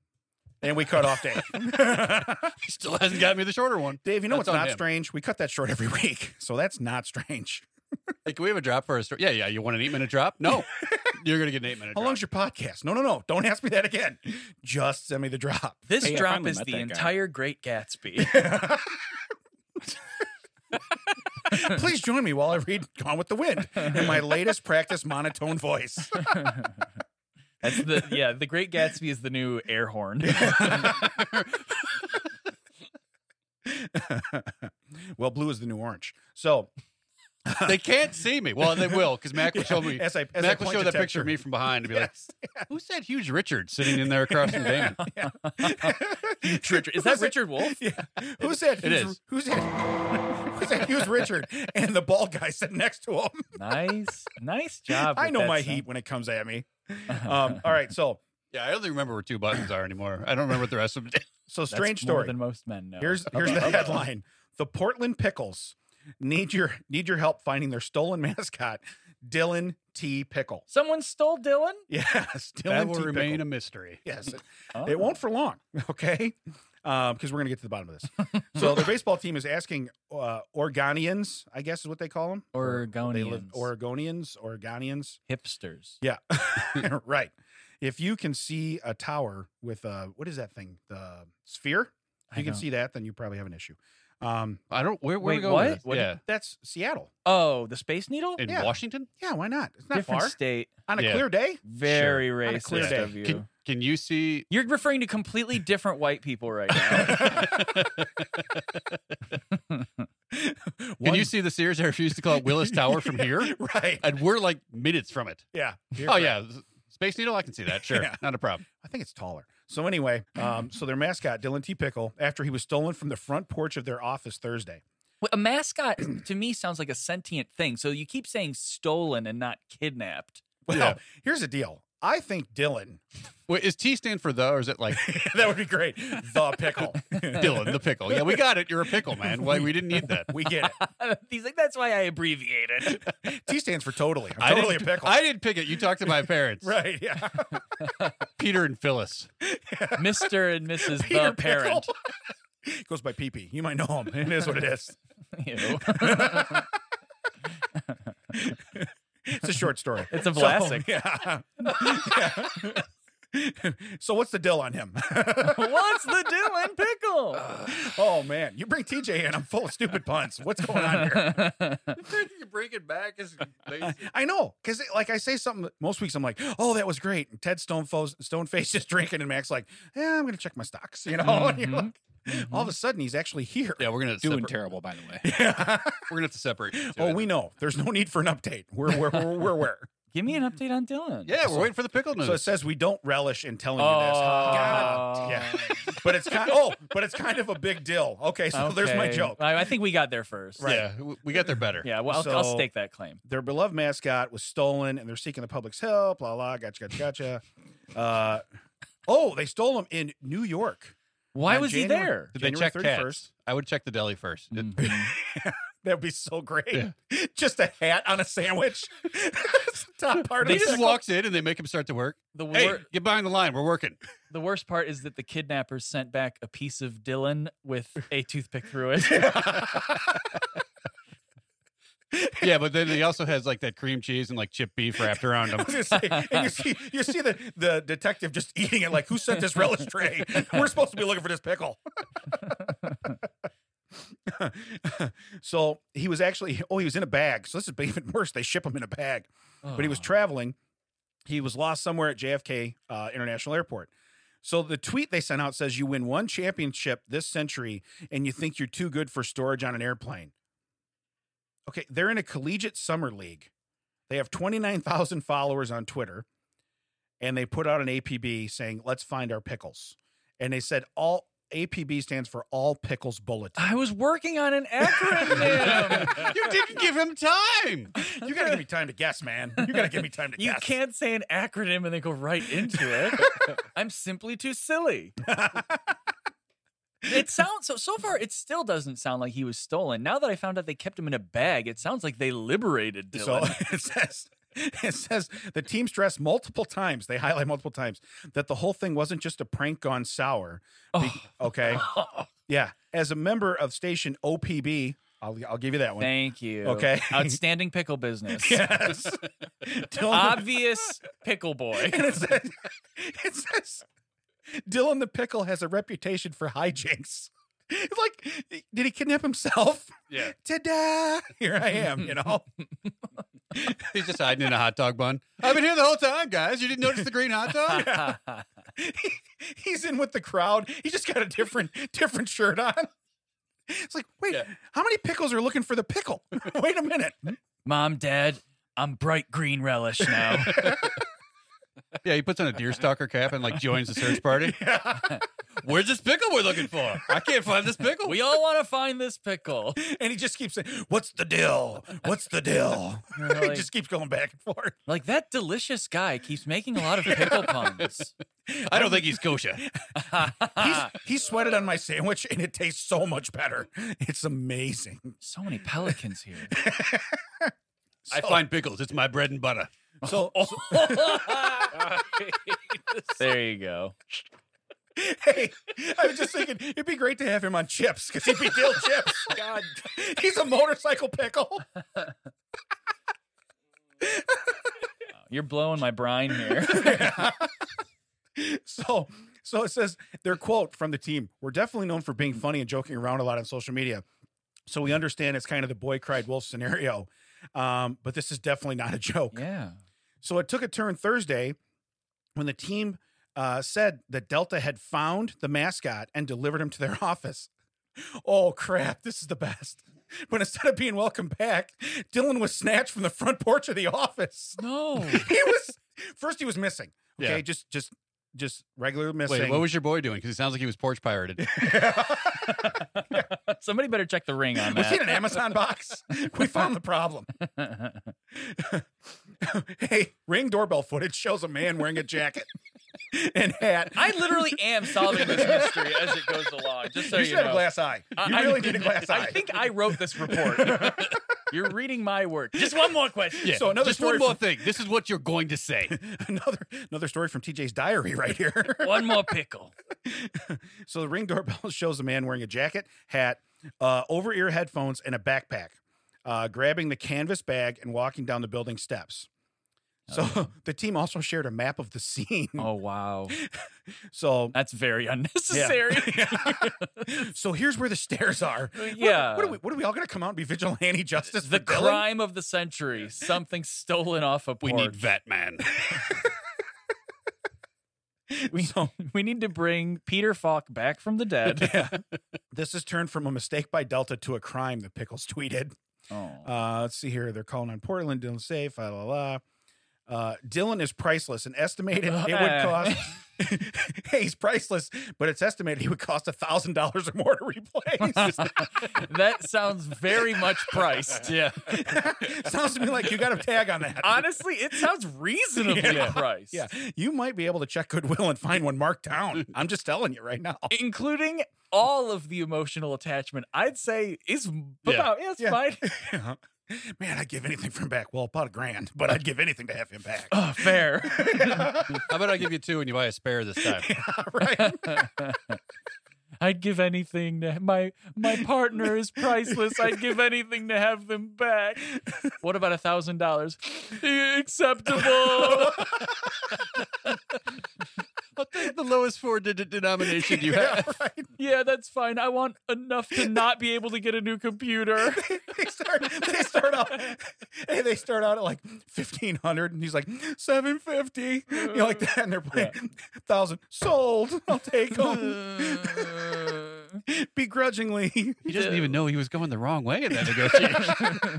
[SPEAKER 2] And we cut off Dave.
[SPEAKER 3] He still hasn't got me the shorter one.
[SPEAKER 2] Dave, you know
[SPEAKER 3] That's
[SPEAKER 2] what's
[SPEAKER 3] on
[SPEAKER 2] not
[SPEAKER 3] him.
[SPEAKER 2] strange? We cut that short every week. So that's not strange.
[SPEAKER 3] Hey, can we have a drop for a story? Yeah, yeah. You want an eight minute drop? No. You're going to get an eight minute
[SPEAKER 2] How
[SPEAKER 3] drop.
[SPEAKER 2] long's your podcast? No, no, no. Don't ask me that again. Just send me the drop.
[SPEAKER 1] this
[SPEAKER 4] Hey, I
[SPEAKER 1] drop
[SPEAKER 4] finally
[SPEAKER 1] is
[SPEAKER 4] met
[SPEAKER 1] the
[SPEAKER 4] that guy.
[SPEAKER 1] entire Great Gatsby.
[SPEAKER 2] Please join me while I read Gone with the Wind in my latest practice monotone voice.
[SPEAKER 1] That's the yeah. The Great Gatsby is the new air horn.
[SPEAKER 2] well, blue is the new orange. So
[SPEAKER 3] they can't see me. Well, they will because Mac will show me.
[SPEAKER 2] as I- as I
[SPEAKER 3] Mac will
[SPEAKER 2] point
[SPEAKER 3] show
[SPEAKER 2] to
[SPEAKER 3] that picture
[SPEAKER 2] Texture.
[SPEAKER 3] of me from behind and be like, "Who's that huge Richard sitting in there across from Damon?"
[SPEAKER 1] Richard, is that Richard Wolf?
[SPEAKER 2] Yeah. Who's that?
[SPEAKER 3] It
[SPEAKER 2] Hughes-
[SPEAKER 3] is.
[SPEAKER 2] Who's that? Who's that? Hughes Richard and the bald guy sitting next to him.
[SPEAKER 1] Nice, nice job.
[SPEAKER 2] I
[SPEAKER 1] with
[SPEAKER 2] know
[SPEAKER 1] that
[SPEAKER 2] my
[SPEAKER 1] sound.
[SPEAKER 2] heat when it comes at me. Um, all right, so
[SPEAKER 3] Yeah, I only remember where two buttons are anymore. I don't remember what the rest of them.
[SPEAKER 2] so
[SPEAKER 1] That's
[SPEAKER 2] strange
[SPEAKER 1] more
[SPEAKER 2] story.
[SPEAKER 1] than most men know.
[SPEAKER 2] Here's here's the headline: The Portland Pickles need your need your help finding their stolen mascot, Dylan T. Pickle.
[SPEAKER 1] Someone stole Dylan.
[SPEAKER 2] Yes, Dylan
[SPEAKER 3] That will
[SPEAKER 2] T.
[SPEAKER 3] remain
[SPEAKER 2] Pickle.
[SPEAKER 3] a mystery.
[SPEAKER 2] yes, it,
[SPEAKER 1] Oh.
[SPEAKER 2] it won't for long. Okay, because we're gonna get to the bottom of this. so their baseball team is asking uh, Oregonians, I guess is what they call them. They live
[SPEAKER 1] Oregonians,
[SPEAKER 2] Oregonians, Oregonians.
[SPEAKER 1] hipsters.
[SPEAKER 2] Yeah, right. If you can see a tower with a what is that thing? The sphere.
[SPEAKER 1] I
[SPEAKER 2] If you can
[SPEAKER 1] don't-
[SPEAKER 2] see that, then you probably have an issue. Um,
[SPEAKER 3] I don't. Where, where
[SPEAKER 1] Wait,
[SPEAKER 3] we going?
[SPEAKER 1] what?
[SPEAKER 3] with this?
[SPEAKER 1] What
[SPEAKER 3] yeah,
[SPEAKER 2] that's Seattle.
[SPEAKER 1] Oh, the Space Needle.
[SPEAKER 3] in
[SPEAKER 2] Yeah.
[SPEAKER 3] Washington.
[SPEAKER 2] Yeah, why not? It's not
[SPEAKER 1] Different
[SPEAKER 2] far.
[SPEAKER 1] state.
[SPEAKER 2] On a
[SPEAKER 3] Yeah.
[SPEAKER 2] clear day.
[SPEAKER 1] Very
[SPEAKER 2] On a clear
[SPEAKER 1] racist
[SPEAKER 2] day.
[SPEAKER 1] of you.
[SPEAKER 3] Can, can you see?
[SPEAKER 1] You're referring to completely different white people right now.
[SPEAKER 3] Can you see the Sears? I refuse to call it Willis Tower from here,
[SPEAKER 2] Right.
[SPEAKER 3] and we're like minutes from it.
[SPEAKER 2] Yeah. Here,
[SPEAKER 3] Oh
[SPEAKER 2] right.
[SPEAKER 3] yeah, Space Needle. I can see that. Sure,
[SPEAKER 2] Yeah.
[SPEAKER 3] not a problem.
[SPEAKER 2] I think it's taller. So anyway, um, so their mascot Dylan T. Pickle, after he was stolen from the front porch of their office Thursday.
[SPEAKER 1] Well, a mascot to me sounds like a sentient thing. So you keep saying stolen and not kidnapped.
[SPEAKER 2] Well,
[SPEAKER 3] Yeah.
[SPEAKER 2] here's the deal. I think Dylan.
[SPEAKER 3] Wait, is T stand for the, or is it like
[SPEAKER 2] that would be great. The pickle.
[SPEAKER 3] Dylan the pickle? Yeah, we got it. You're a pickle, man. Why we didn't need that?
[SPEAKER 2] We get it.
[SPEAKER 1] He's like, that's why I abbreviated.
[SPEAKER 2] T stands for totally. I'm totally
[SPEAKER 3] I
[SPEAKER 2] a
[SPEAKER 3] didn't-
[SPEAKER 2] pickle.
[SPEAKER 3] I didn't pick it. You talked to my parents,
[SPEAKER 2] right. Yeah.
[SPEAKER 3] Peter and Phyllis.
[SPEAKER 1] Mr. and Mrs.
[SPEAKER 2] Peter
[SPEAKER 1] the parent.
[SPEAKER 2] Pickle. Goes by Pee Pee. You might know him. It is what it is.
[SPEAKER 1] Ew.
[SPEAKER 2] It's a short story.
[SPEAKER 1] It's a
[SPEAKER 2] So,
[SPEAKER 1] classic.
[SPEAKER 2] yeah. Yeah. so what's the deal on him?
[SPEAKER 1] What's the Dylan pickle?
[SPEAKER 2] oh man, you bring TJ in. I'm full of stupid puns. What's going on here?
[SPEAKER 3] you bring it back is
[SPEAKER 2] I know, because like I say something most weeks. I'm like, oh, that was great. And Ted Stonefoe's, Stoneface just drinking, and Mac's like, yeah, I'm gonna check my stocks. You know, And you're like-
[SPEAKER 1] Mm-hmm.
[SPEAKER 2] all of a sudden he's actually here.
[SPEAKER 3] Yeah, we're gonna
[SPEAKER 4] Doing
[SPEAKER 3] separ-
[SPEAKER 4] terrible, by the way.
[SPEAKER 3] we're gonna have to separate. you two.
[SPEAKER 2] oh, we know. There's no need for an update. We're we're we're, we're where.
[SPEAKER 1] Give me an update on Dylan.
[SPEAKER 3] yeah, we're waiting for the pickle news.
[SPEAKER 2] So it says we don't relish in telling you this.
[SPEAKER 1] Oh,
[SPEAKER 2] God. Yeah. But it's kind oh, but it's kind of a big deal. Okay, so there's my
[SPEAKER 1] Okay.
[SPEAKER 2] joke.
[SPEAKER 1] I, I think we got there first.
[SPEAKER 3] Yeah, w- we got there better.
[SPEAKER 1] Yeah. Well, I'll, I'll
[SPEAKER 2] So-
[SPEAKER 1] stake that claim.
[SPEAKER 2] Their beloved mascot was stolen, and they're seeking the public's help. La la, gotcha, gotcha, gotcha. Uh, oh, they stole him in New York.
[SPEAKER 1] Why
[SPEAKER 2] On
[SPEAKER 1] was he
[SPEAKER 2] January-
[SPEAKER 1] there?
[SPEAKER 3] Did they
[SPEAKER 2] January Mm-hmm.
[SPEAKER 3] check
[SPEAKER 2] 31st.
[SPEAKER 3] cats? I would check the deli first. It-
[SPEAKER 2] That'd be so great. Just a hat on a sandwich. It's the top part
[SPEAKER 3] They
[SPEAKER 2] of the
[SPEAKER 3] just
[SPEAKER 2] pickle.
[SPEAKER 3] walks in and they make him start to work.
[SPEAKER 1] The, wor-
[SPEAKER 3] Hey, get behind the line. We're working.
[SPEAKER 1] the worst part is that the kidnappers sent back a piece of Dylan with a toothpick through it.
[SPEAKER 3] Yeah, but then he also has like that cream cheese and like chipped beef wrapped around
[SPEAKER 2] I
[SPEAKER 3] him.
[SPEAKER 2] was gonna say, and you see, you see the, the detective just eating it. Like, who sent this relish tray? We're supposed to be looking for this pickle. so he was actually, oh, he was in a bag. So this is even worse. They ship him in a bag, but he was traveling. He was lost somewhere at JFK uh, International Airport. So the tweet they sent out says, "You win one championship this century, and you think you're too good for storage on an airplane." Okay, they're in a collegiate summer league. They have 29,000 followers on Twitter and they put out an APB saying, let's find our pickles. And they said, all APB stands for All Pickles Bulletin.
[SPEAKER 1] I was working on an acronym.
[SPEAKER 3] you didn't give him time.
[SPEAKER 2] You got to give me time to guess, man. You got to give me time to
[SPEAKER 1] You
[SPEAKER 2] guess.
[SPEAKER 1] can't say an acronym and then go right into it. I'm simply too silly. it sounds so so far it still doesn't sound like he was stolen. Now that I found out they kept him in a bag, it sounds like they liberated
[SPEAKER 2] So
[SPEAKER 1] Dylan.
[SPEAKER 2] it says. It says the team stressed multiple times, they highlight multiple times, that the whole thing wasn't just a prank gone sour. Be- Okay.
[SPEAKER 1] Oh,
[SPEAKER 2] Yeah. As a member of station OPB, I'll, I'll give you that one.
[SPEAKER 1] Thank you.
[SPEAKER 2] Okay.
[SPEAKER 1] Outstanding pickle business.
[SPEAKER 2] yes. Dylan-
[SPEAKER 1] Obvious pickle boy.
[SPEAKER 2] and it says, it says Dylan the Pickle has a reputation for hijinks. It's like, did he kidnap himself?
[SPEAKER 3] Yeah.
[SPEAKER 2] Ta-da! Here I am, you know?
[SPEAKER 3] He's just hiding in a hot dog bun. I've been here the whole time, guys. You didn't notice the green hot dog?
[SPEAKER 2] He's in with the crowd. He just got a different different shirt on. It's like, wait,
[SPEAKER 3] Yeah.
[SPEAKER 2] how many pickles are looking for the pickle? wait a minute.
[SPEAKER 1] Mom, Dad, I'm bright green relish now.
[SPEAKER 3] Yeah, he puts on a deerstalker cap and like joins the search party. Where's this pickle we're looking for? I can't find this pickle.
[SPEAKER 1] we all want to find this pickle.
[SPEAKER 2] And he just keeps saying, What's the deal? What's the deal? he
[SPEAKER 1] Really?
[SPEAKER 2] just keeps going back and forth.
[SPEAKER 1] Like that delicious guy keeps making a lot of pickle puns.
[SPEAKER 3] I don't think he's kosher.
[SPEAKER 2] He's, he sweated on my sandwich and it tastes so much better. It's amazing.
[SPEAKER 1] So many pelicans here.
[SPEAKER 3] I find pickles. It's my bread and butter.
[SPEAKER 2] So, so-
[SPEAKER 1] there you go.
[SPEAKER 2] hey, I was just thinking it'd be great to have him on chips because he'd be deal chips. God, he's a motorcycle pickle.
[SPEAKER 1] You're blowing my brine here.
[SPEAKER 2] So, so it says their quote from the team: "We're definitely known for being funny and joking around a lot on social media, so we understand it's kind of the boy cried wolf scenario. Um, but this is definitely not a joke.
[SPEAKER 1] yeah.
[SPEAKER 2] So it took a turn Thursday when the team uh, said that Delta had found the mascot and delivered him to their office. Oh crap, this is the best. But instead of being welcomed back, Dylan was snatched from the front porch of the office.
[SPEAKER 1] No.
[SPEAKER 2] He was first he was missing. Okay,
[SPEAKER 3] Yeah.
[SPEAKER 2] just just just regular missing.
[SPEAKER 3] Wait, what was your boy doing? Because he sounds like he was porch pirated.
[SPEAKER 1] Somebody better check the ring on
[SPEAKER 2] was he in
[SPEAKER 1] that.
[SPEAKER 2] an Amazon box? We found the problem. hey, ring doorbell footage shows a man wearing a jacket and hat.
[SPEAKER 6] I literally am solving this mystery as it goes along. Just so
[SPEAKER 2] you
[SPEAKER 6] you,
[SPEAKER 2] should
[SPEAKER 6] know.
[SPEAKER 2] have a glass eye.
[SPEAKER 6] I-
[SPEAKER 2] You
[SPEAKER 6] I-
[SPEAKER 2] really need a glass eye.
[SPEAKER 6] I think I wrote this report.
[SPEAKER 1] You're reading my work. Just one more question.
[SPEAKER 3] Yeah.
[SPEAKER 2] So another
[SPEAKER 3] just
[SPEAKER 2] story
[SPEAKER 3] one more thing. This is what you're going to say.
[SPEAKER 2] another another story from TJ's diary right here.
[SPEAKER 1] One more pickle.
[SPEAKER 2] So the ring doorbell shows a man wearing a jacket, hat, uh, over ear headphones, and a backpack, uh, grabbing the canvas bag and walking down the building steps. So
[SPEAKER 6] Oh.
[SPEAKER 2] the team also shared a map of the scene.
[SPEAKER 1] Oh wow,
[SPEAKER 2] So
[SPEAKER 1] that's very unnecessary.
[SPEAKER 2] so here's where the stairs are.
[SPEAKER 1] Yeah, yeah.
[SPEAKER 2] What are we? What are we all going to come out and be vigilante justice?
[SPEAKER 1] the
[SPEAKER 2] for Dylan?
[SPEAKER 1] crime of the century. Something stolen off a
[SPEAKER 3] We
[SPEAKER 1] porch.
[SPEAKER 3] need Vet Man.
[SPEAKER 1] we, we need to bring Peter Falk back from the dead.
[SPEAKER 2] Yeah. this has turned from a mistake by Delta to a crime. The pickles tweeted.
[SPEAKER 1] oh.
[SPEAKER 2] Uh, let's see here. They're calling on Portland. Dylan safe. La la la. Uh, Dylan is priceless and estimated it would cost. hey, he's priceless, but it's estimated he would cost a thousand dollars or more to replace.
[SPEAKER 1] that sounds very much priced. Yeah.
[SPEAKER 2] Sounds to me like you got a tag on that.
[SPEAKER 1] Honestly, it sounds reasonably priced.
[SPEAKER 2] yeah, you might be able to check Goodwill and find one marked down. I'm just telling you right now.
[SPEAKER 1] Including all of the emotional attachment, I'd say is about yeah, it's
[SPEAKER 2] Yeah.
[SPEAKER 1] fine.
[SPEAKER 2] Man, I'd give anything for him back. Well, about a grand, but I'd give anything to have him back.
[SPEAKER 1] Oh, fair.
[SPEAKER 3] How about I give you two and you buy a spare this time?
[SPEAKER 2] right?
[SPEAKER 1] I'd give anything to my my partner is priceless. I'd give anything to have them back. What about a thousand dollars? Acceptable.
[SPEAKER 3] I'll take the lowest four digit denomination you
[SPEAKER 2] Yeah,
[SPEAKER 3] have.
[SPEAKER 2] right.
[SPEAKER 1] yeah, that's fine. I want enough to not be able to get a new computer.
[SPEAKER 2] they start they start out hey, they start out at like fifteen hundred and he's like seven fifty. You know, like that and they're playing thousand sold. I'll take them begrudgingly.
[SPEAKER 3] He doesn't even know he was going the wrong way in that negotiation.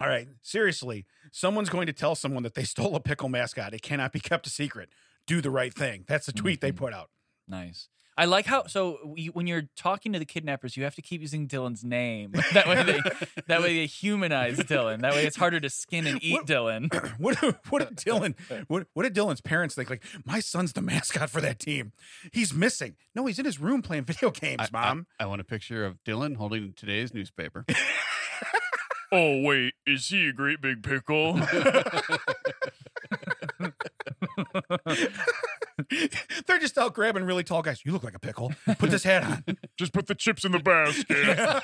[SPEAKER 2] All right. Seriously, someone's going to tell someone that they stole a pickle mascot. It cannot be kept a secret. Do the right thing. That's the tweet
[SPEAKER 3] Mm-hmm.
[SPEAKER 2] they put out.
[SPEAKER 1] Nice. I like how so you, when you're talking to the kidnappers, you have to keep using Dylan's name. That way, they, that way they humanize Dylan. That way, it's harder to skin and eat
[SPEAKER 2] What-
[SPEAKER 1] Dylan.
[SPEAKER 2] What what did Dylan what what did Dylan's parents think? Like, my son's the mascot for that team. He's missing. No, he's in his room playing video games,
[SPEAKER 3] I-
[SPEAKER 2] mom.
[SPEAKER 3] I want a picture of Dylan holding today's newspaper.
[SPEAKER 6] oh wait, is he a great big pickle?
[SPEAKER 2] They're just out grabbing really tall guys. You look like a pickle. Put this hat on.
[SPEAKER 6] Just put the chips in the basket.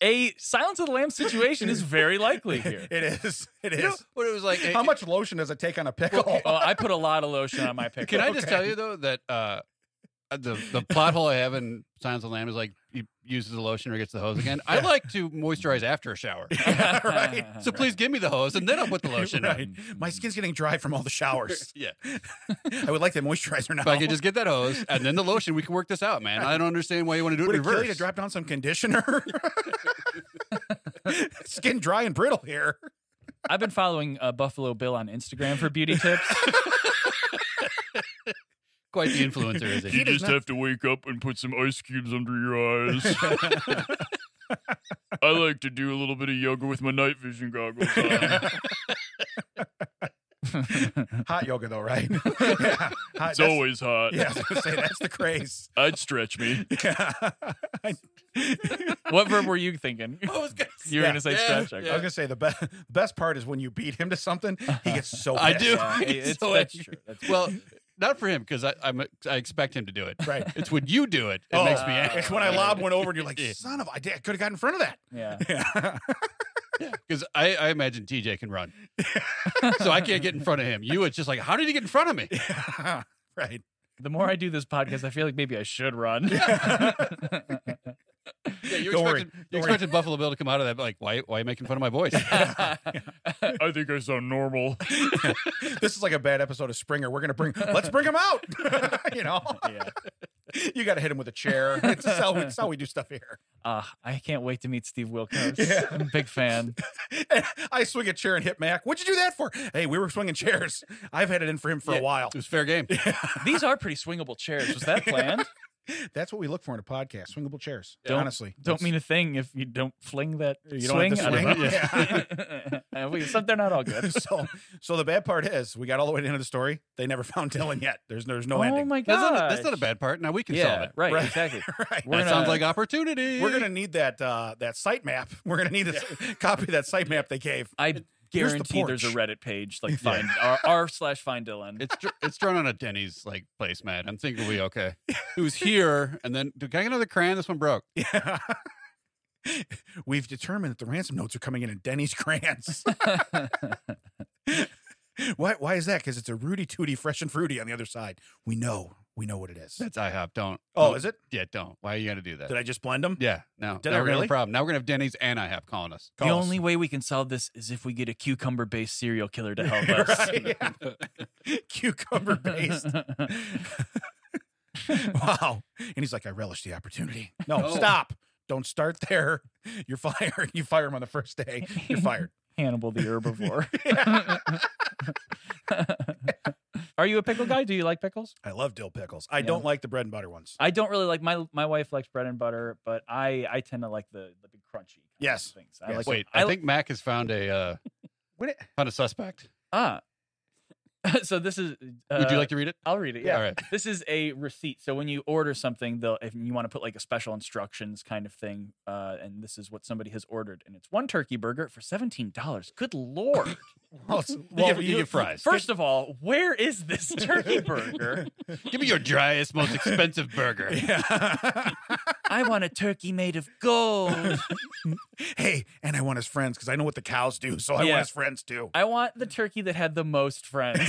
[SPEAKER 1] A Silence of the Lambs situation is very likely here.
[SPEAKER 2] It is. It is.
[SPEAKER 3] You know what it was like? eh,
[SPEAKER 2] How much lotion does it take on a pickle?
[SPEAKER 1] Oh, I put a lot of lotion on my pickle.
[SPEAKER 3] Can I just tell you though that uh, the the plot hole I have in Signs of the Lamb is like he uses the lotion or gets the hose again. I like to moisturize after a shower,
[SPEAKER 2] Yeah, right.
[SPEAKER 3] so please give me the hose and then I'll put the lotion on.
[SPEAKER 2] Right. My skin's getting dry from all the showers.
[SPEAKER 3] Yeah,
[SPEAKER 2] I would like that moisturizer now.
[SPEAKER 3] if I could just get that hose and then the lotion, we can work this out, man. I don't understand why you want to do it
[SPEAKER 2] would it
[SPEAKER 3] reverse.
[SPEAKER 2] kill you to drop down some conditioner? Skin dry and brittle here.
[SPEAKER 1] I've been following uh, Buffalo Bill on Instagram for beauty tips.
[SPEAKER 3] Quite the influencer, is
[SPEAKER 6] You
[SPEAKER 3] it?
[SPEAKER 2] does
[SPEAKER 6] just
[SPEAKER 2] not-
[SPEAKER 6] have to wake up and put some ice cubes under your eyes. I like to do a little bit of yoga with my night vision goggles on.
[SPEAKER 2] Hot yoga though, right? yeah. Hot,
[SPEAKER 6] It's
[SPEAKER 2] that's-
[SPEAKER 6] always hot.
[SPEAKER 2] Yeah, I was gonna say that's the craze.
[SPEAKER 6] I'd stretch me.
[SPEAKER 2] Yeah. I,
[SPEAKER 1] what verb were you thinking?
[SPEAKER 3] I was gonna
[SPEAKER 1] You were
[SPEAKER 2] Yeah.
[SPEAKER 1] gonna say
[SPEAKER 3] Yeah,
[SPEAKER 1] stretch. Okay.
[SPEAKER 2] I was gonna say the best best part is when you beat him to something, he gets so.
[SPEAKER 3] I
[SPEAKER 2] pissed.
[SPEAKER 3] do.
[SPEAKER 1] Yeah,
[SPEAKER 3] He's
[SPEAKER 1] it's,
[SPEAKER 3] so
[SPEAKER 1] that's
[SPEAKER 3] angry.
[SPEAKER 1] true. That's true.
[SPEAKER 3] Well, not for him because I I'm, I expect him to do it.
[SPEAKER 2] Right.
[SPEAKER 3] It's when you do it. It
[SPEAKER 2] Oh,
[SPEAKER 3] makes me
[SPEAKER 2] It's
[SPEAKER 3] angry.
[SPEAKER 2] when I lob one over and you're like,
[SPEAKER 3] Yeah.
[SPEAKER 2] son of, I, did, I could have got in front of that.
[SPEAKER 1] yeah.
[SPEAKER 2] Yeah.
[SPEAKER 3] Because I, I imagine TJ can run. so I can't get in front of him. You, it's just like, how did he get in front of me?
[SPEAKER 2] right.
[SPEAKER 1] The more I do this podcast, I feel like maybe I should run.
[SPEAKER 3] Yeah, you
[SPEAKER 2] Don't worry.
[SPEAKER 3] expected, you
[SPEAKER 2] Don't worry.
[SPEAKER 3] expected Buffalo Bill to come out of that, but like, why, why are you making fun of my voice?
[SPEAKER 6] I think I sound normal.
[SPEAKER 2] This is like a bad episode of Springer. We're going to bring, let's bring him out. you know,
[SPEAKER 1] yeah.
[SPEAKER 2] you got to hit him with a chair. It's just how we, it's how we do stuff here.
[SPEAKER 1] Uh, I can't wait to meet Steve Wilkos.
[SPEAKER 2] Yeah.
[SPEAKER 1] I'm a big fan.
[SPEAKER 2] And I swing a chair and hit Mac. What'd you do that for? Hey, we were swinging chairs. I've had it in for him for
[SPEAKER 3] Yeah.
[SPEAKER 2] a while.
[SPEAKER 3] It was fair game.
[SPEAKER 1] These are pretty swingable chairs. Was that planned?
[SPEAKER 2] That's what we look for in a podcast. Swingable chairs.
[SPEAKER 1] Don't-
[SPEAKER 2] Honestly.
[SPEAKER 1] Don't
[SPEAKER 2] That's-
[SPEAKER 1] mean a thing if you don't fling that
[SPEAKER 2] You don't
[SPEAKER 1] swing.
[SPEAKER 2] have to
[SPEAKER 1] I
[SPEAKER 2] swing,
[SPEAKER 1] know. Uh, we- some- they're not all good.
[SPEAKER 2] so so the bad part is we got all the way to the end of the story. They never found Dylan yet. There's there's no
[SPEAKER 1] oh
[SPEAKER 2] ending.
[SPEAKER 1] my
[SPEAKER 3] That's
[SPEAKER 1] god,
[SPEAKER 3] not, that's not a bad part. Now we can solve
[SPEAKER 1] Yeah,
[SPEAKER 3] it.
[SPEAKER 1] right,
[SPEAKER 2] Right.
[SPEAKER 1] exactly.
[SPEAKER 2] right.
[SPEAKER 1] We're
[SPEAKER 3] that
[SPEAKER 1] gonna-
[SPEAKER 3] sounds like opportunity.
[SPEAKER 2] We're gonna need that uh that site map. We're gonna need a copy of that site map they gave.
[SPEAKER 1] I
[SPEAKER 2] Here's the
[SPEAKER 1] guarantee there's a
[SPEAKER 2] porch.
[SPEAKER 1] Reddit page like
[SPEAKER 2] Yeah.
[SPEAKER 1] find r r slash find Dylan.
[SPEAKER 3] It's dr- it's drawn on a Denny's like placemat. I'm thinking we'll be okay. It was here, and then dude, can I get another crayon? This one broke.
[SPEAKER 2] Yeah. We've determined that the ransom notes are coming in in Denny's crayons. why why is that? Because it's a Rudy Tooty fresh and fruity on the other side. We know. We know what it is.
[SPEAKER 3] That's IHOP. Don't.
[SPEAKER 2] Oh,
[SPEAKER 3] don't-
[SPEAKER 2] is it?
[SPEAKER 3] Yeah, don't. Why are you gonna do that?
[SPEAKER 2] Did I just blend them?
[SPEAKER 3] yeah, no.
[SPEAKER 2] Did
[SPEAKER 3] now
[SPEAKER 2] I
[SPEAKER 3] we're gonna have a
[SPEAKER 2] really?
[SPEAKER 3] problem. Now we're gonna have Denny's and IHOP calling us.
[SPEAKER 1] the only way we can solve this is if we get a cucumber based serial killer to help us.
[SPEAKER 2] Right, yeah. Cucumber based. wow. And he's like, I relish the opportunity. No,
[SPEAKER 3] Oh.
[SPEAKER 2] stop. Don't start there. You're fired. You fire him on the first day. You're fired.
[SPEAKER 1] Hannibal the herbivore. Are you a pickle guy? Do you like pickles?
[SPEAKER 2] I love dill pickles. I
[SPEAKER 1] Yeah.
[SPEAKER 2] don't like the bread and butter ones.
[SPEAKER 1] I don't really like my my wife likes bread and butter, but I I tend to like the the big crunchy. kinds of
[SPEAKER 2] Yes.
[SPEAKER 1] things. I
[SPEAKER 2] Yes.
[SPEAKER 1] like.
[SPEAKER 3] Wait,
[SPEAKER 1] I,
[SPEAKER 3] I,
[SPEAKER 1] li-
[SPEAKER 3] think Mac has found a uh, found a suspect.
[SPEAKER 1] ah. so this is. Uh,
[SPEAKER 3] Would you like to read it?
[SPEAKER 1] I'll read it.
[SPEAKER 3] All
[SPEAKER 1] Yeah.
[SPEAKER 3] right.
[SPEAKER 1] This is a receipt. So when you order something, they'll if you want to put like a special instructions kind of thing, uh, and this is what somebody has ordered, and it's one turkey burger for seventeen dollars. Good lord!
[SPEAKER 2] Well, it's-
[SPEAKER 3] Well,
[SPEAKER 2] well,
[SPEAKER 3] you, you get fries.
[SPEAKER 1] First of all, where is this turkey burger?
[SPEAKER 3] Give me your driest, most expensive burger.
[SPEAKER 2] yeah.
[SPEAKER 1] I want a turkey made of gold.
[SPEAKER 2] hey, and I want his friends because I know what the cows do. So I
[SPEAKER 1] Yeah.
[SPEAKER 2] want his friends too.
[SPEAKER 1] I want the turkey that had the most friends.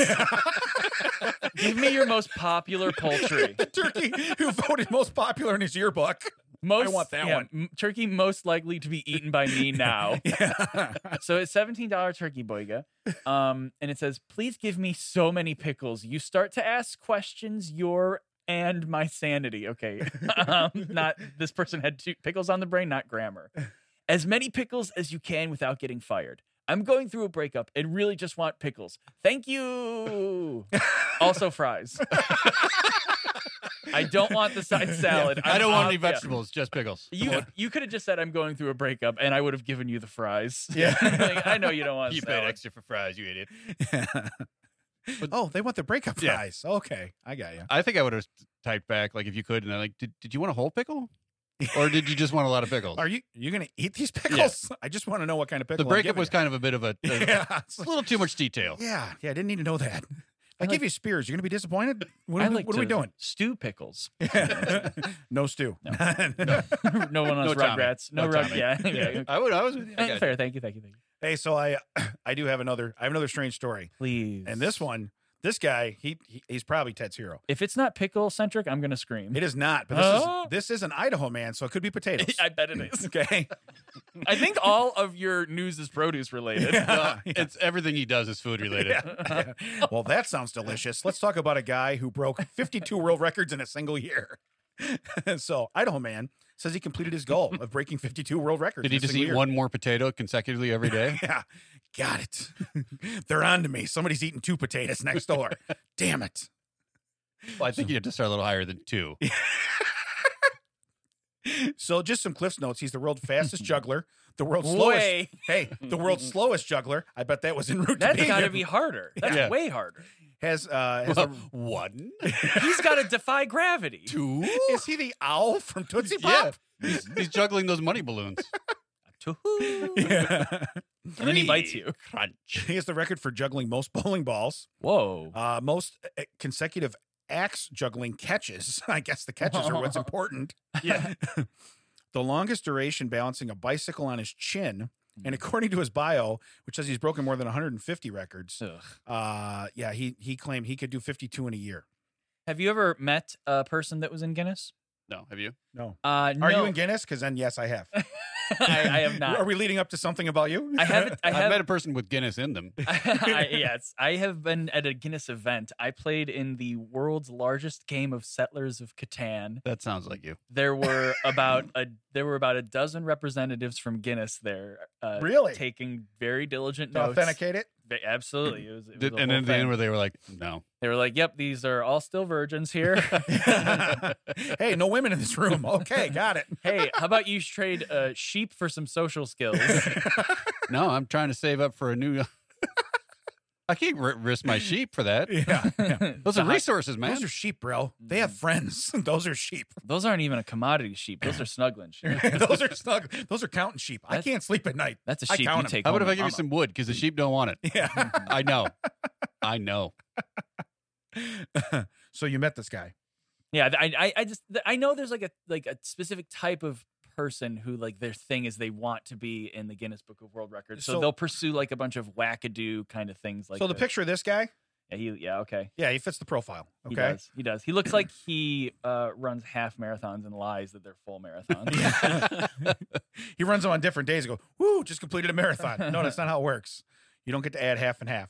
[SPEAKER 1] Give me your most popular poultry.
[SPEAKER 2] the turkey who voted most popular in his yearbook.
[SPEAKER 1] Most,
[SPEAKER 2] want that one.
[SPEAKER 1] m- turkey most likely to be eaten by me now.
[SPEAKER 2] Yeah.
[SPEAKER 1] so it's seventeen dollar turkey boyga, um, and it says, "Please give me so many pickles. You start to ask questions. Your and my sanity. Okay, um, not this person had two pickles on the brain, not grammar. As many pickles as you can without getting fired. I'm going through a breakup and really just want pickles. Thank you. also fries. I don't want the side salad.
[SPEAKER 3] I don't
[SPEAKER 1] I'm-
[SPEAKER 3] want
[SPEAKER 1] uh,
[SPEAKER 3] any
[SPEAKER 1] yeah.
[SPEAKER 3] vegetables, just pickles.
[SPEAKER 1] You you could have just said I'm going through a breakup, and I would have given you the fries.
[SPEAKER 2] Yeah.
[SPEAKER 1] Like, I know you don't want.
[SPEAKER 3] You paid
[SPEAKER 1] salad.
[SPEAKER 3] extra for fries, you idiot.
[SPEAKER 2] oh, they want the breakup
[SPEAKER 3] Yeah.
[SPEAKER 2] fries. Okay, I got you.
[SPEAKER 3] I think I would have typed back like if you could, and I like, did, did you want a whole pickle, or did you just want a lot of pickles?
[SPEAKER 2] Are you you gonna eat these pickles? I just want to know what kind of
[SPEAKER 3] the
[SPEAKER 2] pickle. I'm
[SPEAKER 3] breakup was
[SPEAKER 2] giving
[SPEAKER 3] kind of a bit of a, a
[SPEAKER 2] you. yeah, it's
[SPEAKER 3] a
[SPEAKER 2] like-
[SPEAKER 3] little too much detail.
[SPEAKER 2] yeah, yeah. I didn't need to know that. I,
[SPEAKER 1] like-
[SPEAKER 2] give you spears. You're gonna be disappointed. What are,
[SPEAKER 1] I
[SPEAKER 2] we,
[SPEAKER 1] like
[SPEAKER 2] what are we
[SPEAKER 1] to
[SPEAKER 2] doing?
[SPEAKER 1] Stew pickles.
[SPEAKER 2] no stew.
[SPEAKER 1] no one
[SPEAKER 3] No
[SPEAKER 1] on
[SPEAKER 3] Tommy.
[SPEAKER 1] Rugrats. No,
[SPEAKER 3] No
[SPEAKER 1] rug.
[SPEAKER 3] Tommy.
[SPEAKER 1] Yeah.
[SPEAKER 3] Yeah,
[SPEAKER 1] okay.
[SPEAKER 3] I would. I was with you. I got you.
[SPEAKER 1] Fair. Thank you. Thank you. Thank you.
[SPEAKER 2] hey, so I I do have another I have another strange story,
[SPEAKER 1] Please.
[SPEAKER 2] and this one, this guy, he, he he's probably Ted's hero.
[SPEAKER 1] If it's not pickle centric, I'm gonna scream.
[SPEAKER 2] It is not, but this
[SPEAKER 1] Oh.
[SPEAKER 2] is this is an Idaho man, so it could be potatoes.
[SPEAKER 1] I bet it is.
[SPEAKER 2] okay.
[SPEAKER 1] I think all of your news is produce related.
[SPEAKER 3] No, It's everything he does is food related.
[SPEAKER 2] Yeah. well, that sounds delicious. Let's talk about a guy who broke 52 world records in a single year. so, Idaho man says he completed his goal of breaking 52 world records.
[SPEAKER 3] Did he
[SPEAKER 2] in a
[SPEAKER 3] just
[SPEAKER 2] single
[SPEAKER 3] eat
[SPEAKER 2] year.
[SPEAKER 3] one more potato consecutively every day?
[SPEAKER 2] Yeah, got it. They're on to me. Somebody's eating two potatoes next door. Damn it.
[SPEAKER 3] well, I think you have to start a little higher than two.
[SPEAKER 2] So, just some Cliff's notes. He's the world's fastest juggler, the world's slowest.
[SPEAKER 1] Way.
[SPEAKER 2] Hey, the world's slowest juggler. I bet that was in route to
[SPEAKER 1] That's
[SPEAKER 2] being
[SPEAKER 1] got to
[SPEAKER 2] him.
[SPEAKER 1] be harder. That's
[SPEAKER 3] Yeah.
[SPEAKER 1] way harder.
[SPEAKER 2] has uh has
[SPEAKER 3] Well,
[SPEAKER 2] the-
[SPEAKER 3] one,
[SPEAKER 1] He's got to defy gravity.
[SPEAKER 3] two.
[SPEAKER 2] is he the owl from Tootsie
[SPEAKER 3] Yeah,
[SPEAKER 2] Pop?
[SPEAKER 3] he's, he's juggling those money balloons.
[SPEAKER 1] Two-hoo.
[SPEAKER 2] Yeah.
[SPEAKER 1] And then he bites you.
[SPEAKER 2] He has the record for juggling most bowling balls,
[SPEAKER 1] Whoa.
[SPEAKER 2] uh, most uh, consecutive axe juggling catches. I guess the catches are what's important.
[SPEAKER 1] Yeah.
[SPEAKER 2] the longest duration balancing a bicycle on his chin. And
[SPEAKER 1] Mm.
[SPEAKER 2] according to his bio, which says he's broken more than 150 records,
[SPEAKER 1] Ugh.
[SPEAKER 2] uh, yeah, he he claimed he could do 52 in a year.
[SPEAKER 1] Have you ever met a person that was in Guinness?
[SPEAKER 3] No, have you?
[SPEAKER 2] No,
[SPEAKER 1] Uh,
[SPEAKER 2] are
[SPEAKER 1] no.
[SPEAKER 2] you in Guinness? Because then yes, I have.
[SPEAKER 1] I, I am
[SPEAKER 2] Are
[SPEAKER 1] not.
[SPEAKER 2] we leading up to something about you?
[SPEAKER 1] I haven't. I
[SPEAKER 3] I've met
[SPEAKER 1] have.
[SPEAKER 3] a person with Guinness in them.
[SPEAKER 1] I, yes, I have been at a Guinness event. I played in the world's largest game of Settlers of Catan.
[SPEAKER 3] That sounds like you.
[SPEAKER 1] There were about a there were about a dozen representatives from Guinness there, uh,
[SPEAKER 2] really
[SPEAKER 1] taking very diligent
[SPEAKER 2] to
[SPEAKER 1] notes.
[SPEAKER 2] authenticate it.
[SPEAKER 1] They absolutely. It was, it was
[SPEAKER 3] Did-
[SPEAKER 1] a
[SPEAKER 3] and
[SPEAKER 1] whole
[SPEAKER 3] then at the end
[SPEAKER 1] thing.
[SPEAKER 3] where they were like, no.
[SPEAKER 1] they were like, "Yep, these are all still virgins here."
[SPEAKER 2] hey, no women in this room. Okay, got it.
[SPEAKER 1] hey, how about you trade uh, sheep for some social skills?
[SPEAKER 3] no, I'm trying to save up for a new. I can't r- risk my sheep for that.
[SPEAKER 2] Yeah. yeah.
[SPEAKER 3] Those are resources, man.
[SPEAKER 2] Those are sheep, bro. They
[SPEAKER 1] Mm.
[SPEAKER 2] have friends. Those are sheep.
[SPEAKER 1] Those aren't even a commodity sheep. Those are snuggling sheep.
[SPEAKER 2] Those are snug. Those are counting sheep. I
[SPEAKER 1] That's-
[SPEAKER 2] can't sleep at night.
[SPEAKER 1] That's a
[SPEAKER 2] I
[SPEAKER 1] sheep you
[SPEAKER 2] count 'em.
[SPEAKER 1] take.
[SPEAKER 3] How about if
[SPEAKER 1] home
[SPEAKER 3] I give you
[SPEAKER 1] with
[SPEAKER 3] some wood because the sheep don't want it?
[SPEAKER 2] Yeah.
[SPEAKER 3] I know. I know.
[SPEAKER 2] so you met this guy.
[SPEAKER 1] Yeah, th- I, I, I just, th- I know there's like a, like a specific type of person who like their thing is they want to be in the Guinness Book of World Records, so,
[SPEAKER 2] So-
[SPEAKER 1] they'll pursue like a bunch of wackadoo kind of things. Like
[SPEAKER 2] so the
[SPEAKER 1] this.
[SPEAKER 2] picture of this guy,
[SPEAKER 1] Yeah, he, yeah, okay.
[SPEAKER 2] yeah, he fits the profile.
[SPEAKER 1] He
[SPEAKER 2] Okay.
[SPEAKER 1] does. He does. He looks like he uh, runs half marathons and lies that they're full marathons.
[SPEAKER 2] He runs them on different days. and Go, woo, just completed a marathon. No, that's not how it works. You don't get to add half and half.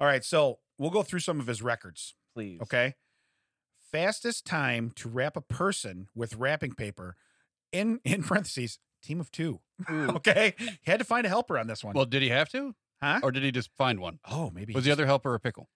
[SPEAKER 2] All right. So we'll go through some of his records.
[SPEAKER 1] Please.
[SPEAKER 2] Okay. Fastest time to wrap a person with wrapping paper in in parentheses, team of two. okay. He had to find a helper on this one.
[SPEAKER 3] Well, did he have to?
[SPEAKER 2] huh?
[SPEAKER 3] Or did he just find one?
[SPEAKER 2] oh, maybe.
[SPEAKER 3] Was the other helper a pickle?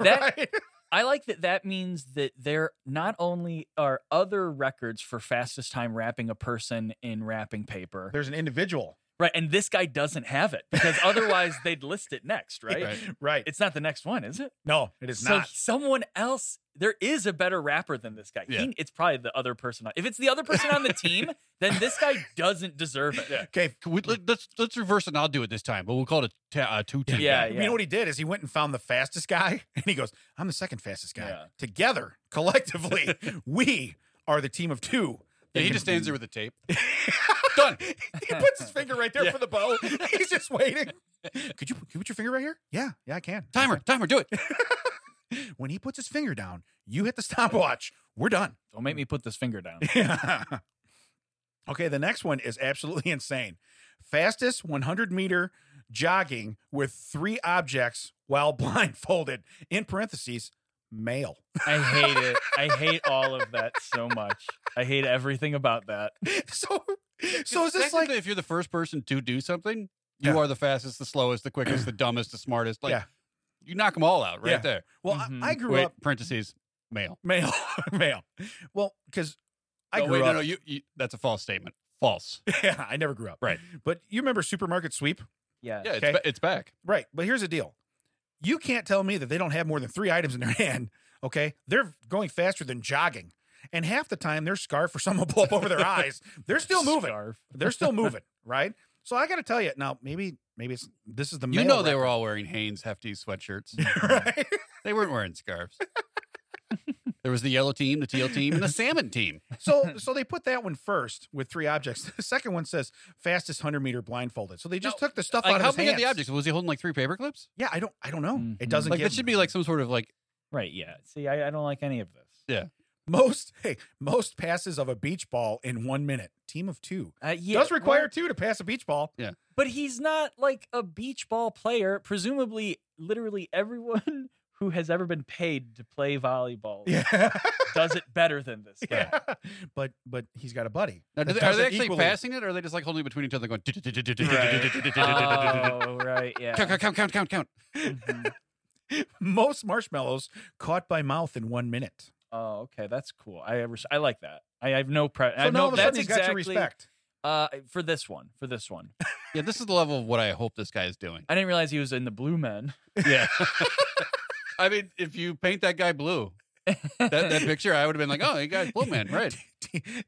[SPEAKER 1] That-
[SPEAKER 2] right?
[SPEAKER 1] I like that that means that there not only are other records for fastest time wrapping a person in wrapping paper,
[SPEAKER 2] There's an individual.
[SPEAKER 1] right? And this guy doesn't have it because otherwise they'd list it next, right?
[SPEAKER 2] Right.
[SPEAKER 1] It's not the next one, is it?
[SPEAKER 2] no, it is
[SPEAKER 1] so
[SPEAKER 2] not.
[SPEAKER 1] someone else, there is a better rapper than this guy.
[SPEAKER 3] Yeah.
[SPEAKER 1] He, it's probably the other person. On, if it's the other person on the team, then this guy doesn't deserve it. Yeah.
[SPEAKER 2] Okay.
[SPEAKER 3] Can we, let, us let's reverse it. And I'll do it this time, but we'll call it a ta- uh, two team.
[SPEAKER 1] Yeah,
[SPEAKER 2] You know what he did is he went and found the fastest guy and he goes, I'm the second fastest guy.
[SPEAKER 1] Yeah.
[SPEAKER 2] Together, collectively, we are the team of two.
[SPEAKER 3] Yeah, he just stands there with a tape. Done.
[SPEAKER 2] He puts his finger right there for the bow. He's just waiting. Could you, could you put your finger right here? Yeah, yeah, I can.
[SPEAKER 3] Timer, timer, do it.
[SPEAKER 2] When he puts his finger down, you hit the stopwatch. We're done.
[SPEAKER 1] Don't make me put this finger down.
[SPEAKER 2] okay, the next one is absolutely insane. Fastest 100 meter jogging with three objects while blindfolded. In parentheses, male.
[SPEAKER 1] I hate it. I hate all of that so much. I hate everything about that.
[SPEAKER 2] so, so is this
[SPEAKER 3] Technically,
[SPEAKER 2] like?
[SPEAKER 3] if you're the first person to do something, you
[SPEAKER 2] Yeah.
[SPEAKER 3] are the fastest, the slowest, the quickest, the dumbest, the smartest. Like
[SPEAKER 2] Yeah.
[SPEAKER 3] you knock them all out right
[SPEAKER 2] Yeah.
[SPEAKER 3] there.
[SPEAKER 2] Well,
[SPEAKER 1] Mhm.
[SPEAKER 2] I, I grew
[SPEAKER 3] Mm-hmm. Wait,
[SPEAKER 2] up
[SPEAKER 3] parentheses, male.
[SPEAKER 2] male, male. Well, because I
[SPEAKER 3] No,
[SPEAKER 2] grew
[SPEAKER 3] wait,
[SPEAKER 2] up.
[SPEAKER 3] no, no, you, you. That's a false statement. False.
[SPEAKER 2] yeah, I never grew up.
[SPEAKER 3] Right.
[SPEAKER 2] But you remember supermarket sweep?
[SPEAKER 1] Yeah.
[SPEAKER 3] Yeah, it's,
[SPEAKER 2] Okay.
[SPEAKER 3] ba- it's back.
[SPEAKER 2] Right. But here's the deal. You can't tell me that they don't have more than three items in their hand. Okay. They're going faster than jogging. And half the time their scarf or something will blow up over their eyes. They're still moving.
[SPEAKER 1] Scarf.
[SPEAKER 2] They're still moving. Right. So I gotta tell you, now maybe maybe it's this is the
[SPEAKER 3] You
[SPEAKER 2] male
[SPEAKER 3] know they were
[SPEAKER 2] record,
[SPEAKER 3] all wearing Hanes hefty sweatshirts.
[SPEAKER 2] right?
[SPEAKER 3] they weren't wearing scarves. there was the yellow team, the teal team, and the salmon team.
[SPEAKER 2] So so they put that one first with three objects. The second one says fastest hundred meter blindfolded. So they just took the stuff out
[SPEAKER 3] Like,
[SPEAKER 2] of
[SPEAKER 3] how
[SPEAKER 2] his
[SPEAKER 3] big are the
[SPEAKER 2] hands.
[SPEAKER 3] objects? Was he holding like three paper clips?
[SPEAKER 2] Yeah, I don't I don't know. It
[SPEAKER 1] Mhm.
[SPEAKER 2] doesn't
[SPEAKER 3] Like
[SPEAKER 2] give
[SPEAKER 3] that should be like some sort of like
[SPEAKER 1] Right. Yeah. See, I, I don't like any of this.
[SPEAKER 2] most hey, most passes of a beach ball in one minute. Team of two.
[SPEAKER 1] Uh, yeah,
[SPEAKER 2] does require
[SPEAKER 1] well,
[SPEAKER 2] two to pass a beach ball.
[SPEAKER 1] but he's not like a beach ball player. Presumably, literally everyone who has ever been paid to play volleyball
[SPEAKER 2] Yeah.
[SPEAKER 1] does it better than this guy.
[SPEAKER 2] But but he's got a buddy.
[SPEAKER 3] Now, do
[SPEAKER 2] that
[SPEAKER 3] they, are
[SPEAKER 2] does
[SPEAKER 3] they
[SPEAKER 2] it
[SPEAKER 3] actually
[SPEAKER 2] equally.
[SPEAKER 3] passing it, or are they just like holding it between each other, going count,
[SPEAKER 1] Oh, right. Yeah.
[SPEAKER 3] count, count, count, count?
[SPEAKER 1] Mhm.
[SPEAKER 2] Most marshmallows caught by mouth in one minute.
[SPEAKER 1] Oh, okay. That's cool. I res- I like that. I have no pre.
[SPEAKER 2] So
[SPEAKER 1] I
[SPEAKER 2] now
[SPEAKER 1] know
[SPEAKER 2] all of a
[SPEAKER 1] that's
[SPEAKER 2] sudden he's got your
[SPEAKER 1] exactly
[SPEAKER 2] respect.
[SPEAKER 1] uh for this one. For this one,
[SPEAKER 3] Yeah, this is the level of what I hope this guy is doing.
[SPEAKER 1] I didn't realize he was in the Blue Men.
[SPEAKER 3] Yeah, I mean, if you paint that guy blue, that, that picture, I would have been like, oh, he got blue man, right?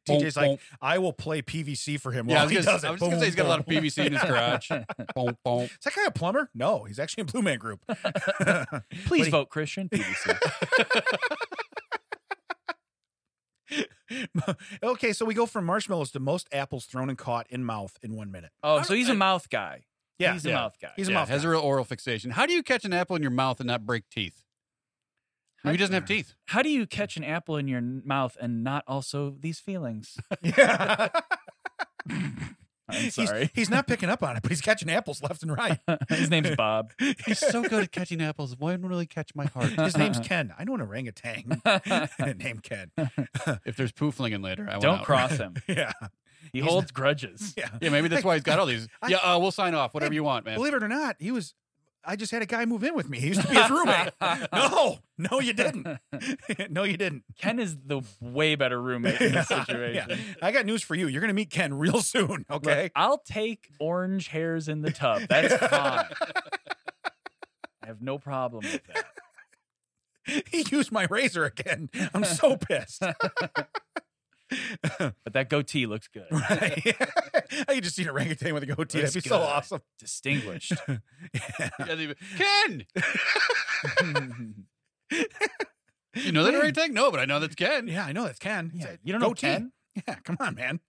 [SPEAKER 2] TJ's like,
[SPEAKER 3] Bonk, bonk.
[SPEAKER 2] I will play PVC for him
[SPEAKER 3] yeah, I
[SPEAKER 2] while
[SPEAKER 3] was
[SPEAKER 2] he
[SPEAKER 3] gonna,
[SPEAKER 2] does it.
[SPEAKER 3] I was just gonna
[SPEAKER 2] Boom,
[SPEAKER 3] say he's got a lot of
[SPEAKER 2] boom.
[SPEAKER 3] PVC in his garage. Bonk, bonk.
[SPEAKER 2] Is that guy a plumber? No, he's actually a Blue Man Group.
[SPEAKER 1] Please vote Christian. PVC.
[SPEAKER 2] okay, so we go from marshmallows to most apples thrown and caught in mouth in one minute.
[SPEAKER 1] Oh, so he's a mouth guy.
[SPEAKER 2] Yeah,
[SPEAKER 1] he's
[SPEAKER 2] yeah.
[SPEAKER 1] a mouth guy.
[SPEAKER 2] He's a
[SPEAKER 3] yeah,
[SPEAKER 2] mouth.
[SPEAKER 3] has
[SPEAKER 2] guy.
[SPEAKER 3] a real oral fixation. How do you catch an apple in your mouth and not break teeth? Maybe he doesn't have teeth.
[SPEAKER 1] How do you catch an apple in your n- mouth and not also these feelings?
[SPEAKER 2] Yeah.
[SPEAKER 1] I'm
[SPEAKER 2] He's-
[SPEAKER 1] sorry.
[SPEAKER 2] He's, not picking up on it, but he's catching apples left and right.
[SPEAKER 1] His name's Bob.
[SPEAKER 3] He's so good at catching apples. Why didn't really catch my heart?
[SPEAKER 2] His name's Ken. I know an orangutan named Ken.
[SPEAKER 3] If there's poofling in later, I want
[SPEAKER 1] Don't
[SPEAKER 3] out.
[SPEAKER 1] cross him.
[SPEAKER 2] Yeah.
[SPEAKER 1] He
[SPEAKER 2] He's
[SPEAKER 1] holds grudges.
[SPEAKER 2] Yeah.
[SPEAKER 3] Yeah, maybe that's why he's got all these.
[SPEAKER 2] I-
[SPEAKER 3] yeah, uh, we'll sign off. Whatever you want, man.
[SPEAKER 2] Believe it or not, he was I just had a guy move in with me. He used to be his roommate. no, no, you didn't. no, you didn't.
[SPEAKER 1] Ken is the way better roommate in this
[SPEAKER 2] Yeah,
[SPEAKER 1] situation.
[SPEAKER 2] yeah. I got news for you. You're going to meet Ken real soon.
[SPEAKER 1] Look,
[SPEAKER 2] Okay.
[SPEAKER 1] I'll take orange hairs in the tub. That's fine. I have no problem with that.
[SPEAKER 2] he used my razor again. I'm so pissed.
[SPEAKER 1] But that goatee looks good.
[SPEAKER 2] Right? I could just see an orangutan with a goatee.
[SPEAKER 1] Looks
[SPEAKER 2] That'd be so
[SPEAKER 1] good.
[SPEAKER 2] awesome.
[SPEAKER 1] Distinguished.
[SPEAKER 3] He doesn't even- Ken!
[SPEAKER 1] yeah,
[SPEAKER 3] You know that orangutan? No, but I know that's Ken.
[SPEAKER 2] Yeah, I know that's Ken.
[SPEAKER 1] you don't know Ken?
[SPEAKER 2] Yeah, come on, man.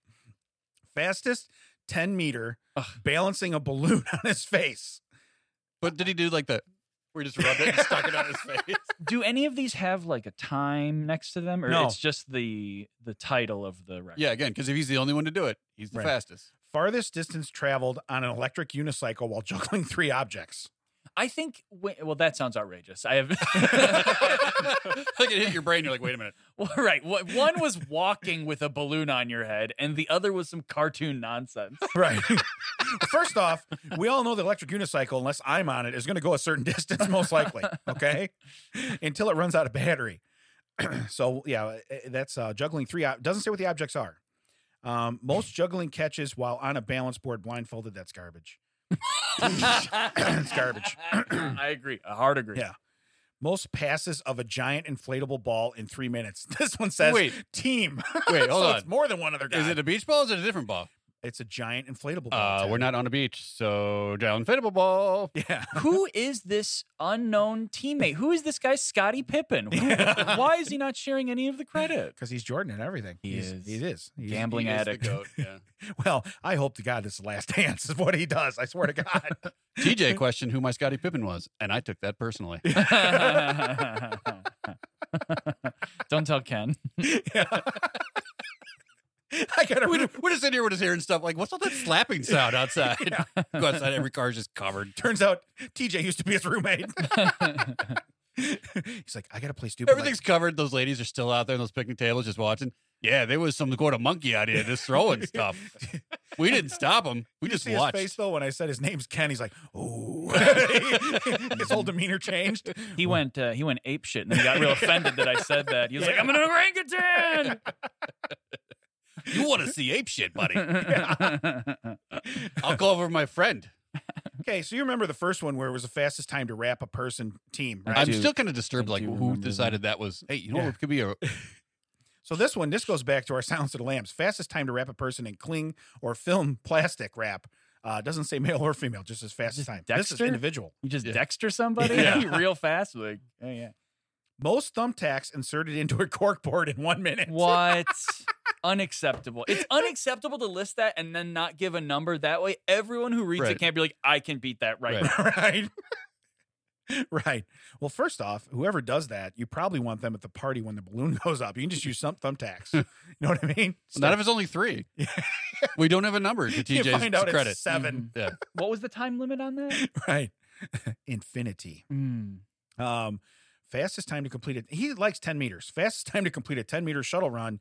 [SPEAKER 2] Fastest 10 meter
[SPEAKER 1] Ugh.
[SPEAKER 2] balancing a balloon on his face.
[SPEAKER 3] But did he do like the. We just rubbed it and stuck it on his face.
[SPEAKER 1] Do any of these have like a time next to them, or
[SPEAKER 2] No.
[SPEAKER 1] it's just the the title of the record?
[SPEAKER 3] Yeah, again, because if he's the only one to do it, he's the
[SPEAKER 2] Right.
[SPEAKER 3] fastest.
[SPEAKER 2] Farthest distance traveled on an electric unicycle while juggling three objects.
[SPEAKER 1] I think. wh- Well, that sounds outrageous. I have.
[SPEAKER 3] like it hit your brain. You're like, wait a minute.
[SPEAKER 1] well, right. wh- One was walking with a balloon on your head, and the other was some cartoon nonsense.
[SPEAKER 2] Right. First off, we all know the electric unicycle, unless I'm on it, is going to go a certain distance, most likely. Okay, until it runs out of battery. so yeah, eh, that's uh, juggling three. ob- Doesn't say what the objects are. Um, most juggling catches while on a balance board blindfolded. That's garbage.
[SPEAKER 1] it's
[SPEAKER 2] garbage.
[SPEAKER 1] I agree. I hard agree.
[SPEAKER 2] Yeah. Most passes of a giant inflatable ball in three minutes. This one says
[SPEAKER 3] Wait.
[SPEAKER 2] team.
[SPEAKER 3] Wait, hold
[SPEAKER 2] so
[SPEAKER 3] on.
[SPEAKER 2] It's more than one other guy.
[SPEAKER 3] Is it a beach ball? Or is it a different ball?
[SPEAKER 2] it's a giant inflatable ball.
[SPEAKER 3] Uh,
[SPEAKER 2] Ted.
[SPEAKER 3] we're not on a beach, so down inflatable ball.
[SPEAKER 2] Yeah.
[SPEAKER 1] Who is this unknown teammate? Who is this guy, Scottie Pippen? Who- Why is he not sharing any of the credit?
[SPEAKER 2] Because he's Jordan at everything.
[SPEAKER 1] He
[SPEAKER 2] he's,
[SPEAKER 1] is.
[SPEAKER 2] He is. He's-
[SPEAKER 1] Gambling
[SPEAKER 3] He is the
[SPEAKER 1] addict.
[SPEAKER 3] goat, yeah.
[SPEAKER 2] Well, I hope to God this is the last dance is what he does. I swear to God.
[SPEAKER 3] TJ questioned who my Scottie Pippen was, and I took that personally.
[SPEAKER 1] Don't tell Ken.
[SPEAKER 2] Yeah. I gotta
[SPEAKER 3] we're, we're just in here, we're just hearing stuff like, what's all that slapping sound outside? Go outside, every car's just covered.
[SPEAKER 2] Turns out TJ used to be his roommate. He's like, I gotta play stupid. like-
[SPEAKER 3] Everything's covered. Those ladies are still out there on those picnic tables just watching. Yeah, there was some sort of monkey out here just throwing stuff. We didn't stop him. We just
[SPEAKER 2] See his face
[SPEAKER 3] watched.
[SPEAKER 2] though when I said his name's Ken. He's like, oh, his whole demeanor changed.
[SPEAKER 1] He went. Uh, he went ape shit, and then he got real offended that I said that. He was like, "I'm an orangutan."
[SPEAKER 3] You want to see ape shit, buddy? I'll call over my friend.
[SPEAKER 2] Okay, so you remember the first one where it was the fastest time to wrap a person team, right?
[SPEAKER 1] I
[SPEAKER 3] I'm
[SPEAKER 1] do-
[SPEAKER 3] still kind of disturbed,
[SPEAKER 1] I
[SPEAKER 3] like
[SPEAKER 1] do
[SPEAKER 3] who
[SPEAKER 1] remember
[SPEAKER 3] decided that was. Hey, you know
[SPEAKER 2] Yeah.
[SPEAKER 3] what could be a
[SPEAKER 2] So this one, this goes back to our Silence of the Lambs. Fastest time to wrap a person in cling or film plastic wrap. Uh, doesn't say male or female, just as fast as
[SPEAKER 1] Just
[SPEAKER 2] time. This is
[SPEAKER 1] Dexter?
[SPEAKER 2] individual.
[SPEAKER 1] you just
[SPEAKER 3] Yeah.
[SPEAKER 1] Dexter somebody
[SPEAKER 3] Yeah.
[SPEAKER 1] real fast, like, oh yeah.
[SPEAKER 2] Most thumbtacks inserted into a corkboard in one minute.
[SPEAKER 1] What? unacceptable. It's unacceptable to list that and then not give a number. That way, everyone who reads
[SPEAKER 3] Right.
[SPEAKER 1] it can't be like, "I can beat that right."
[SPEAKER 3] Right.
[SPEAKER 1] now."
[SPEAKER 2] right. right. Well, first off, whoever does that, you probably want them at the party when the balloon goes up. You can just use some thumbtacks. you know what I mean?
[SPEAKER 3] Not if it's only three. we don't have a number to
[SPEAKER 2] you
[SPEAKER 3] TJ's
[SPEAKER 2] find out
[SPEAKER 3] credit.
[SPEAKER 2] it's 7
[SPEAKER 3] Yeah.
[SPEAKER 1] What was the time limit on that?
[SPEAKER 2] Right. Infinity.
[SPEAKER 1] Mm.
[SPEAKER 2] Um, fastest time to complete it. He likes 10 meters. Fastest time to complete a 10 meter shuttle run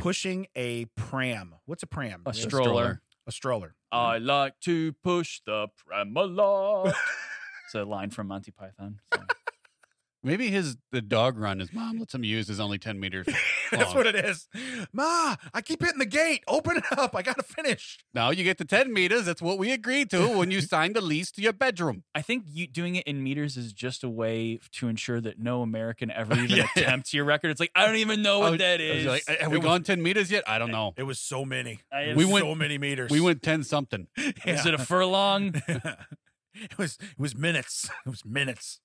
[SPEAKER 2] pushing a pram. What's a pram?
[SPEAKER 1] A
[SPEAKER 2] We have-
[SPEAKER 1] stroller.
[SPEAKER 2] A stroller.
[SPEAKER 1] I like to push the pram a lot. it's a line from Monty Python. so.
[SPEAKER 3] Maybe his the dog run his mom lets him use is only ten meters.
[SPEAKER 2] That's
[SPEAKER 3] long.
[SPEAKER 2] what it is. Ma, I keep hitting the gate. Open it up. I got to finish.
[SPEAKER 3] Now you get to ten meters. That's what we agreed to when you signed the lease to your bedroom.
[SPEAKER 1] I think you doing it in meters is just a way to ensure that no American ever even
[SPEAKER 3] Yeah.
[SPEAKER 1] attempts your record. It's like I don't even know
[SPEAKER 3] I
[SPEAKER 1] what
[SPEAKER 3] was-
[SPEAKER 1] that
[SPEAKER 3] I was
[SPEAKER 1] is.
[SPEAKER 3] like, have we
[SPEAKER 2] It was-
[SPEAKER 3] gone ten meters yet? I don't know.
[SPEAKER 2] It was so many.
[SPEAKER 1] I am
[SPEAKER 3] we
[SPEAKER 1] so-
[SPEAKER 3] went-
[SPEAKER 2] so many meters.
[SPEAKER 3] We went ten something.
[SPEAKER 1] Is it a furlong?
[SPEAKER 2] it was it was minutes. It was minutes.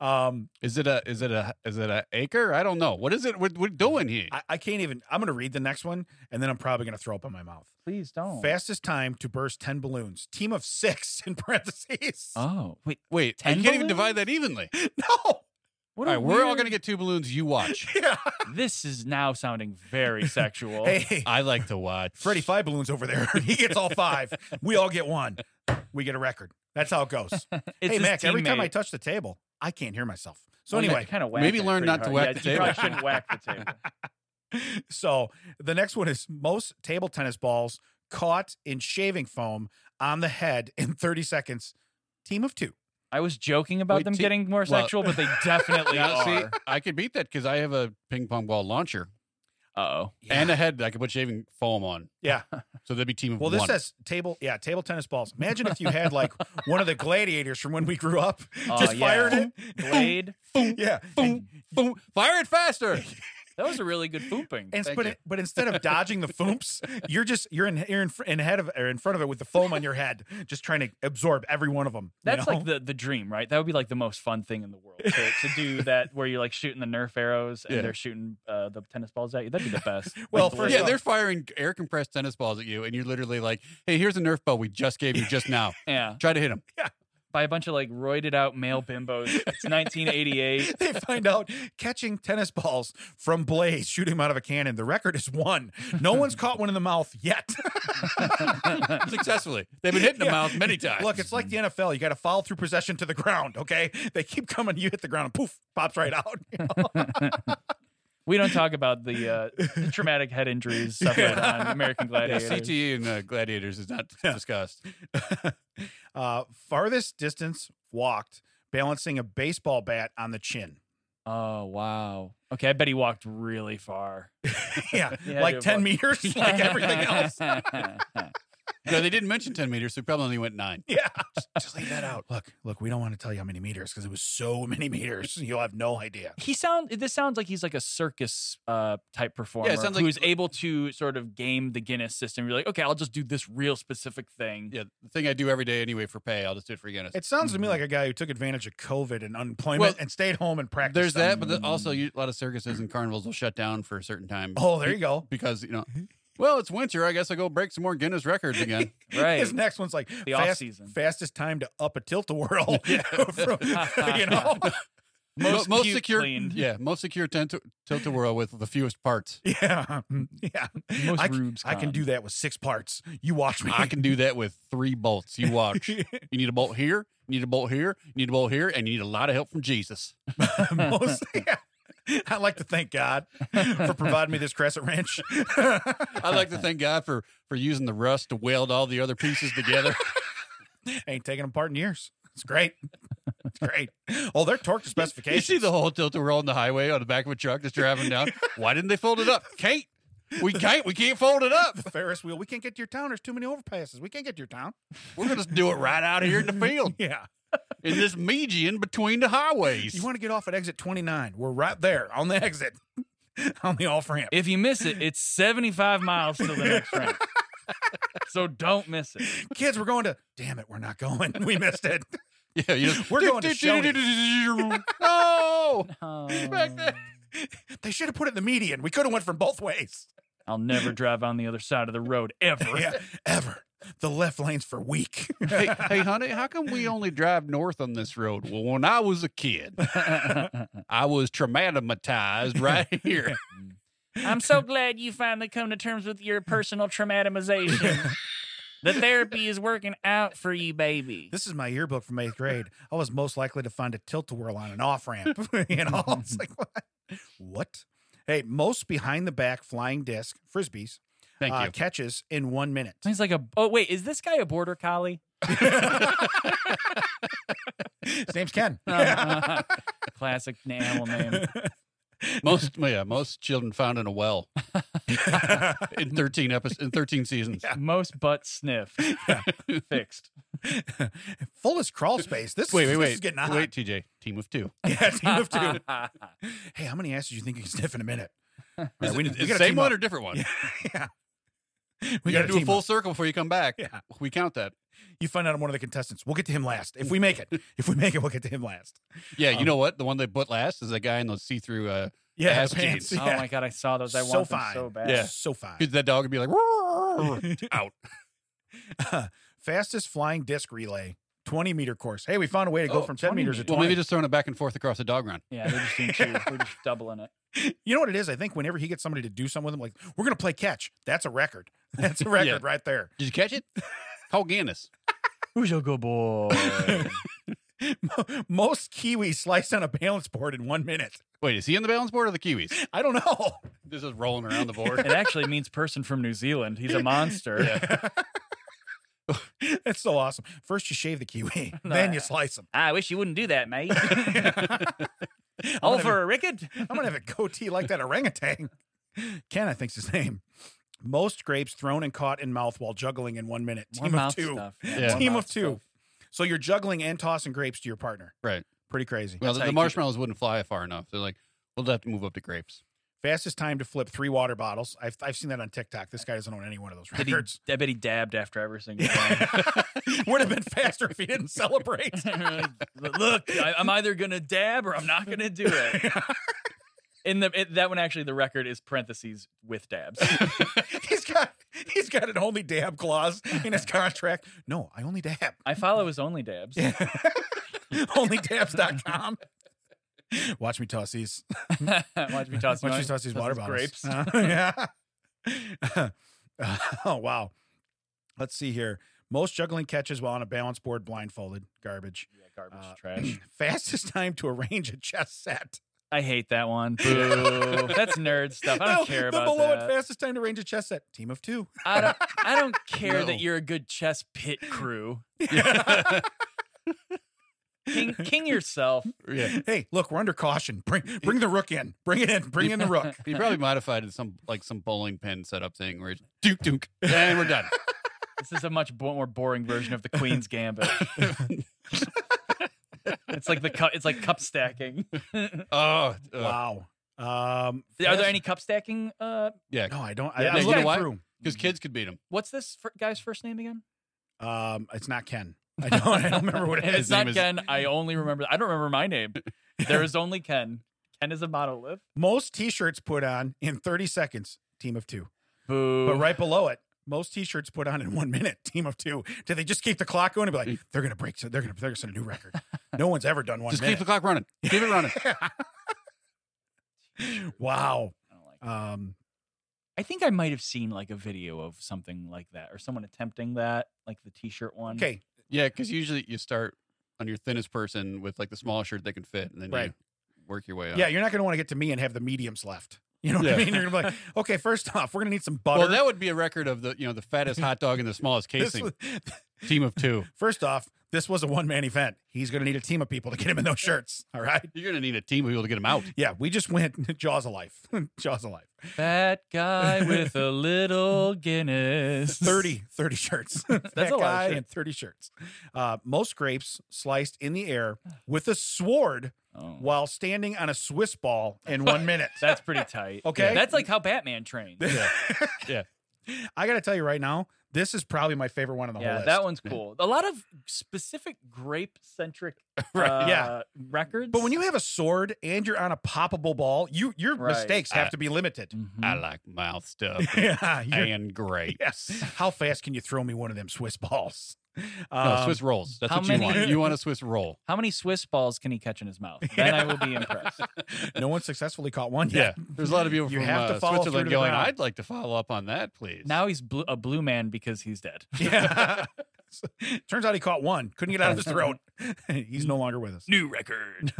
[SPEAKER 2] Um,
[SPEAKER 3] Is it a is it a is it a acre? I don't know. What is it we're, we're doing here?
[SPEAKER 2] I, I can't even. I'm gonna read the next one, and then I'm probably gonna throw up in my mouth.
[SPEAKER 1] Please don't.
[SPEAKER 2] Fastest time to burst ten balloons. Team of six in parentheses.
[SPEAKER 1] Oh wait,
[SPEAKER 3] Wait, I
[SPEAKER 1] 10
[SPEAKER 3] can't even divide that evenly.
[SPEAKER 2] No.
[SPEAKER 1] what
[SPEAKER 3] All
[SPEAKER 1] a
[SPEAKER 3] right, we're all
[SPEAKER 1] weird-
[SPEAKER 3] gonna get two balloons. You watch.
[SPEAKER 2] Yeah.
[SPEAKER 1] This is now sounding very sexual.
[SPEAKER 2] Hey,
[SPEAKER 3] I like to watch.
[SPEAKER 2] Oh, uh, Freddie Five Balloons over there. he gets all five. we all get one. We get a record. That's how it goes.
[SPEAKER 1] It's
[SPEAKER 2] hey,
[SPEAKER 1] his
[SPEAKER 2] Mac, every time I
[SPEAKER 1] teammate. Oh,
[SPEAKER 2] touch the table, I can't hear myself. So
[SPEAKER 1] Well, you
[SPEAKER 2] anyway,
[SPEAKER 1] kinda whack
[SPEAKER 3] maybe
[SPEAKER 1] it
[SPEAKER 3] learn
[SPEAKER 1] pretty
[SPEAKER 3] not to
[SPEAKER 1] hard.
[SPEAKER 3] whack
[SPEAKER 1] Yeah,
[SPEAKER 3] the
[SPEAKER 1] you
[SPEAKER 3] table.
[SPEAKER 1] probably shouldn't whack the table.
[SPEAKER 2] so the next one is most table tennis balls caught in shaving foam on the head in 30 seconds. Team of two.
[SPEAKER 1] I was joking about
[SPEAKER 3] Wait,
[SPEAKER 1] them
[SPEAKER 3] T-
[SPEAKER 1] getting more
[SPEAKER 3] well-
[SPEAKER 1] sexual, but they definitely
[SPEAKER 3] Now, see,
[SPEAKER 1] are.
[SPEAKER 3] I could beat that because I have a ping pong ball launcher
[SPEAKER 1] Uh oh.
[SPEAKER 3] and a head that I could put shaving foam on.
[SPEAKER 2] Yeah.
[SPEAKER 3] So that'd be team of
[SPEAKER 2] Well,
[SPEAKER 3] one.
[SPEAKER 2] this says table, yeah, table tennis balls. Imagine if you had like one of the gladiators from when we grew up,
[SPEAKER 1] Oh,
[SPEAKER 2] just
[SPEAKER 1] yeah.
[SPEAKER 2] firing it.
[SPEAKER 1] Blade.
[SPEAKER 2] Yeah,
[SPEAKER 3] boom, boom, fire it faster.
[SPEAKER 1] That was a really good pooping.
[SPEAKER 2] and
[SPEAKER 3] Thank
[SPEAKER 2] but
[SPEAKER 3] you.
[SPEAKER 2] it- but instead of dodging the foomps, you're just you're in you're in, fr- in head of or in front of it with the foam on your head, just trying to absorb every one of them.
[SPEAKER 1] That's like the, the dream, right? That would be like the most fun thing in the world to, to do that where you're like shooting the Nerf arrows and
[SPEAKER 3] Yeah.
[SPEAKER 1] they're shooting uh, the tennis balls at you. That'd be the best.
[SPEAKER 2] Well,
[SPEAKER 1] Like,
[SPEAKER 2] first
[SPEAKER 1] blade.
[SPEAKER 3] yeah,
[SPEAKER 2] off-
[SPEAKER 3] they're firing air compressed tennis balls at you, and you're literally like, "Hey, here's a Nerf ball we just gave you just now.
[SPEAKER 1] yeah.
[SPEAKER 3] Try to hit him."
[SPEAKER 1] By a bunch of like roided out male bimbos. It's 1988.
[SPEAKER 2] they find out catching tennis balls from blades, shooting them out of a cannon. The record is one. No one's caught one in the mouth yet.
[SPEAKER 3] Successfully, they've been hitting the
[SPEAKER 2] Yeah.
[SPEAKER 3] mouth many times.
[SPEAKER 2] Look, it's like the NFL. You got to follow through possession to the ground. Okay, they keep coming. You hit the ground, and poof, pops right out. you know?
[SPEAKER 1] We don't talk about the, uh, the traumatic head injuries suffered on American
[SPEAKER 3] yeah,
[SPEAKER 1] Gladiator.
[SPEAKER 3] CTE and uh, gladiators is not discussed.
[SPEAKER 2] uh, farthest distance walked, balancing a baseball bat on the chin.
[SPEAKER 1] Oh wow. Okay, I bet he walked really far.
[SPEAKER 2] Yeah,
[SPEAKER 1] Yeah,
[SPEAKER 2] like
[SPEAKER 1] dude,
[SPEAKER 2] ten
[SPEAKER 1] what-
[SPEAKER 2] meters, like everything else.
[SPEAKER 3] No, they didn't mention ten meters, so he probably only went nine.
[SPEAKER 2] Yeah, just, just leave that out. Look, look, we don't want to tell you how many meters because it was so many meters. You'll have no idea.
[SPEAKER 1] he sound this sounds like he's like a circus uh type performer
[SPEAKER 3] sounds like-
[SPEAKER 1] who's able to sort of game the Guinness system. You're like, okay, I'll just do this real specific thing.
[SPEAKER 3] Yeah, the thing I do every day anyway for pay, I'll just do it for Guinness.
[SPEAKER 2] It sounds to me like a guy who took advantage of COVID and unemployment
[SPEAKER 3] Mm-hmm. Well,
[SPEAKER 2] and stayed home and practiced.
[SPEAKER 3] There's
[SPEAKER 2] on-
[SPEAKER 3] that, but the, also you, a lot of circuses and carnivals will shut down for a certain time.
[SPEAKER 2] Oh, there you go.
[SPEAKER 3] because you know, well, it's winter. I guess I'll go break some more Guinness records again.
[SPEAKER 1] Right.
[SPEAKER 2] His next one's like
[SPEAKER 1] The
[SPEAKER 2] fast-
[SPEAKER 1] off-season.
[SPEAKER 2] fastest time to up a tilt a whirl. you know,
[SPEAKER 1] Most
[SPEAKER 3] Mo- most
[SPEAKER 1] cute
[SPEAKER 3] secure,
[SPEAKER 1] cleaned.
[SPEAKER 3] yeah, most secure tilt a whirl with the fewest parts.
[SPEAKER 2] yeah, yeah.
[SPEAKER 1] Most
[SPEAKER 2] I, c-
[SPEAKER 1] rubes
[SPEAKER 2] I can
[SPEAKER 1] con.
[SPEAKER 2] do that with six parts. You watch me.
[SPEAKER 3] I can do that with three bolts. You watch. You need a bolt here. You need a bolt here. You need a bolt here, and you need a lot of help from Jesus.
[SPEAKER 2] Most- yeah. I'd like to thank God for providing me this crescent wrench.
[SPEAKER 3] I'd like to thank God for for using the rust to weld all the other pieces together.
[SPEAKER 2] Ain't taken them apart in years. It's great. It's great. Oh, they're torque to
[SPEAKER 3] You
[SPEAKER 2] specifications.
[SPEAKER 3] see the whole tilt a whirl on the highway on the back of a truck that's driving down. Why didn't they fold it up? Can't. We can't. We can't fold it up.
[SPEAKER 2] Ferris wheel. We can't get to your town. There's too many overpasses. We can't get to your town.
[SPEAKER 3] We're gonna do it right out here in the field
[SPEAKER 2] Yeah.
[SPEAKER 3] in this median between the
[SPEAKER 2] You
[SPEAKER 3] highways.
[SPEAKER 2] want to get off at exit 29. We're right there on the exit, on the off ramp.
[SPEAKER 1] If you miss it, it's 75 miles to the next round. So don't miss it.
[SPEAKER 2] Kids, we're going to, damn it, we're not going. We missed it.
[SPEAKER 3] yeah, you just,
[SPEAKER 2] We're going to
[SPEAKER 3] to No,
[SPEAKER 1] Oh.
[SPEAKER 3] back there.
[SPEAKER 2] They should have put it in the median. We could have went from both ways.
[SPEAKER 1] I'll never drive on the other side of the road ever.
[SPEAKER 2] Yeah, ever. The left lane's for weak.
[SPEAKER 3] hey, hey, honey, how come we only drive north on this road? Well, when I was a kid, I was traumatized right here.
[SPEAKER 1] I'm so glad you finally come to terms with your personal traumatization. the therapy is working out for you, baby.
[SPEAKER 2] This is my yearbook from eighth grade. I was most likely to find a tilt a whirl on an off ramp. you know, it's like, what? what? Hey, most behind the back flying disc, frisbees,
[SPEAKER 3] Thank
[SPEAKER 2] uh,
[SPEAKER 3] you.
[SPEAKER 2] catches in one minute.
[SPEAKER 1] He's like a. Oh wait, is this guy a border collie?
[SPEAKER 2] His name's Ken.
[SPEAKER 1] Classic animal name.
[SPEAKER 3] Most, yeah, most children found in a well in thirteen episodes, in thirteen seasons.
[SPEAKER 1] Most butt sniffed. Fixed.
[SPEAKER 2] Fullest crawl space. This,
[SPEAKER 3] Wait, wait,
[SPEAKER 2] this
[SPEAKER 3] wait,
[SPEAKER 2] is getting hot.
[SPEAKER 3] wait, TJ, team of two.
[SPEAKER 2] Yeah, team of two.
[SPEAKER 1] Oh
[SPEAKER 2] hey, how many asses do you think you can sniff in a minute? All right, we, need- we gotta
[SPEAKER 3] Same
[SPEAKER 2] team
[SPEAKER 3] one
[SPEAKER 2] up.
[SPEAKER 3] or different one?
[SPEAKER 2] yeah.
[SPEAKER 3] We got to do a
[SPEAKER 2] team
[SPEAKER 3] full
[SPEAKER 2] up.
[SPEAKER 3] circle before you come back.
[SPEAKER 2] Yeah.
[SPEAKER 3] We count that.
[SPEAKER 2] You find out I'm one of the contestants. We'll get to him last. If we make it. If we make it, we'll get to him last.
[SPEAKER 3] Yeah,
[SPEAKER 2] Um,
[SPEAKER 3] you know what? The one they put last is that guy in those see-through. Uh,
[SPEAKER 2] Yeah,
[SPEAKER 3] Ass
[SPEAKER 2] the pants.
[SPEAKER 3] jeans.
[SPEAKER 1] Oh
[SPEAKER 2] Yeah.
[SPEAKER 1] my god, I saw those. I
[SPEAKER 2] so
[SPEAKER 1] want them
[SPEAKER 2] fine.
[SPEAKER 1] so bad.
[SPEAKER 3] Yeah.
[SPEAKER 2] So fine.
[SPEAKER 3] 'cause that dog would be like "Roar," out.
[SPEAKER 2] Fastest flying disc relay, 20 meter course. Hey, we found a way to go
[SPEAKER 1] Oh,
[SPEAKER 2] from 10
[SPEAKER 1] 20
[SPEAKER 2] meters to
[SPEAKER 1] meter.
[SPEAKER 3] Well,
[SPEAKER 2] 20.
[SPEAKER 3] maybe just throwing it back and forth across the dog run.
[SPEAKER 1] Yeah, they're just doing two. They're just doubling it.
[SPEAKER 2] you know what it is? I think whenever he gets somebody to do something with him, like, we're going to play catch. That's a record. That's a record
[SPEAKER 3] Yeah.
[SPEAKER 2] right there.
[SPEAKER 3] Did you catch it? Call Guinness.
[SPEAKER 1] Who's your good boy?
[SPEAKER 2] Most kiwi sliced on a balance board in one minute.
[SPEAKER 3] Wait, is he in the balance board or the Kiwis?
[SPEAKER 2] I don't know.
[SPEAKER 3] This is rolling around the board.
[SPEAKER 1] It actually means person from New Zealand. He's a monster.
[SPEAKER 3] Yeah.
[SPEAKER 2] That's so awesome. First you shave the kiwi, then you slice them.
[SPEAKER 1] I wish you wouldn't do that, mate.
[SPEAKER 2] gonna
[SPEAKER 1] All for a ricket?
[SPEAKER 2] I'm gonna have a goatee like that orangutan. Ken, I think's his name. Most grapes thrown and caught in mouth while juggling in one minute.
[SPEAKER 1] More
[SPEAKER 2] Team of
[SPEAKER 1] mouth
[SPEAKER 2] two.
[SPEAKER 1] stuff.
[SPEAKER 3] Yeah.
[SPEAKER 1] more
[SPEAKER 2] Team
[SPEAKER 1] mouth
[SPEAKER 2] of two.
[SPEAKER 1] stuff.
[SPEAKER 2] So you're juggling and tossing grapes to your partner.
[SPEAKER 3] Right.
[SPEAKER 2] Pretty crazy.
[SPEAKER 3] Well, the,
[SPEAKER 1] how you
[SPEAKER 3] the
[SPEAKER 1] keep it.
[SPEAKER 3] marshmallows wouldn't fly far enough. They're like, we'll have to move up to grapes.
[SPEAKER 2] Fastest time to flip three water bottles. I've, I've seen that on TikTok. This guy doesn't own any one of those
[SPEAKER 1] Did he,
[SPEAKER 2] records.
[SPEAKER 1] I bet he dabbed after every single one.
[SPEAKER 2] Would have been faster if he didn't celebrate.
[SPEAKER 1] Look, I, I'm either gonna dab or I'm not gonna do it. In the it, that one, actually, the record is parentheses with dabs.
[SPEAKER 2] he's got he's got an only dab clause in his contract. No, I only dab.
[SPEAKER 1] I follow his only dabs.
[SPEAKER 2] OnlyDabs.com. Watch me toss these.
[SPEAKER 1] Watch me toss.
[SPEAKER 2] Watch
[SPEAKER 1] my-
[SPEAKER 2] me toss these water bottles.
[SPEAKER 1] Grapes.
[SPEAKER 2] Uh, yeah. oh wow. Let's see here. Most juggling catches while on a balance board blindfolded. Garbage.
[SPEAKER 1] Yeah, garbage,
[SPEAKER 2] Uh,
[SPEAKER 1] trash.
[SPEAKER 2] Fastest time to arrange a chess set.
[SPEAKER 1] I hate that one. Boo. That's nerd stuff. I don't
[SPEAKER 2] No,
[SPEAKER 1] care
[SPEAKER 2] the
[SPEAKER 1] about
[SPEAKER 2] below
[SPEAKER 1] that.
[SPEAKER 2] it fastest time to arrange a chess set. Team of two.
[SPEAKER 1] I don't. I don't care
[SPEAKER 3] No.
[SPEAKER 1] that you're a good chess pit crew. King, king yourself.
[SPEAKER 3] Yeah.
[SPEAKER 2] Hey, look, we're under caution. Bring bring the rook in. Bring it in. Bring in the rook.
[SPEAKER 3] He probably modified it some like some bowling pin setup thing where it's duke duke and we're done.
[SPEAKER 1] This is a much bo- more boring version of the Queen's Gambit. it's like the cup. It's like cup stacking.
[SPEAKER 3] Oh uh,
[SPEAKER 2] Wow. Um
[SPEAKER 1] Are there any cup stacking? Uh,
[SPEAKER 3] yeah,
[SPEAKER 2] No, I don't. I,
[SPEAKER 3] Yeah,
[SPEAKER 2] I'm
[SPEAKER 1] you
[SPEAKER 2] looking
[SPEAKER 3] know what?
[SPEAKER 2] through.
[SPEAKER 3] because kids could beat him.
[SPEAKER 1] what's this fir- guy's first name again?
[SPEAKER 2] Um, it's not Ken. I don't. I don't remember what it
[SPEAKER 1] If
[SPEAKER 2] is.
[SPEAKER 1] it's not
[SPEAKER 3] name is-
[SPEAKER 1] Ken. I only remember. I don't remember my name. There is only Ken. Ken is a monolith.
[SPEAKER 2] Most T-shirts put on in 30 seconds. Team of two.
[SPEAKER 1] Boo.
[SPEAKER 2] But right below it, most T-shirts put on in one minute. Team of two. Do they just keep the clock going and be like, they're gonna break? So they're gonna they're gonna set a new record. No one's ever done one
[SPEAKER 3] Just keep the
[SPEAKER 2] minute.
[SPEAKER 3] clock running. Keep it running.
[SPEAKER 2] wow.
[SPEAKER 1] I don't like.
[SPEAKER 2] Um,
[SPEAKER 1] I think I might have seen like a video of something like that or someone attempting that, like the t-shirt one.
[SPEAKER 2] okay.
[SPEAKER 3] Yeah, because usually you start on your thinnest person with like the smallest shirt they can fit, and then
[SPEAKER 2] Right.
[SPEAKER 3] you work your way up.
[SPEAKER 2] Yeah, you're not gonna want to get to me and have the mediums left. You know what I
[SPEAKER 3] Yeah.
[SPEAKER 2] mean? You're gonna be like, okay, first off, we're gonna need some butter.
[SPEAKER 3] Well, that would be a record of the you know the fattest hot dog and the smallest
[SPEAKER 2] This
[SPEAKER 3] casing.
[SPEAKER 2] was-
[SPEAKER 3] Team of two.
[SPEAKER 2] first off, this was a one man event. He's gonna need a team of people to get him in those shirts. All right.
[SPEAKER 3] You're gonna need a team of people to get him out.
[SPEAKER 2] Yeah, we just went Jaws of Life. Jaws of Life.
[SPEAKER 1] Fat guy with a little Guinness.
[SPEAKER 2] 30, 30 shirts. That's
[SPEAKER 1] a lot of shirts.
[SPEAKER 2] and 30 shirts. Uh, most grapes sliced in the air with a sword
[SPEAKER 1] Oh.
[SPEAKER 2] while standing on a Swiss ball in one minute.
[SPEAKER 1] That's pretty tight.
[SPEAKER 2] Okay.
[SPEAKER 1] Yeah, that's like how Batman trained. Yeah,
[SPEAKER 2] I got to tell you right now, this is probably my favorite one on the whole list.
[SPEAKER 1] that one's cool. A lot of specific grape centric
[SPEAKER 2] Right, yeah.
[SPEAKER 1] records.
[SPEAKER 2] But when you have a sword and you're on a poppable ball, you your
[SPEAKER 1] Right.
[SPEAKER 2] mistakes have to be limited.
[SPEAKER 1] Mhm.
[SPEAKER 3] I like mouth stuff
[SPEAKER 2] yeah, you're-
[SPEAKER 3] and grapes.
[SPEAKER 2] yes. How fast can you throw me one of them Swiss balls?
[SPEAKER 3] No,
[SPEAKER 2] Um,
[SPEAKER 3] Swiss rolls. That's
[SPEAKER 1] how
[SPEAKER 3] what
[SPEAKER 1] many-
[SPEAKER 3] you want. You want a Swiss roll.
[SPEAKER 1] How many Swiss balls can he catch in his mouth? Then I will be impressed.
[SPEAKER 2] Um, no one successfully caught one
[SPEAKER 3] Yeah.
[SPEAKER 2] yet.
[SPEAKER 3] There's a lot of people
[SPEAKER 2] You
[SPEAKER 3] from
[SPEAKER 2] have to
[SPEAKER 3] uh,
[SPEAKER 2] follow through
[SPEAKER 3] Switzerland
[SPEAKER 2] to the
[SPEAKER 3] going,
[SPEAKER 2] ground.
[SPEAKER 3] I'd like to follow up on that, please.
[SPEAKER 1] Now he's blue, a blue man because he's dead.
[SPEAKER 2] Yeah. Turns out he caught one. Couldn't get out of his throat. He's no longer with us.
[SPEAKER 1] New record.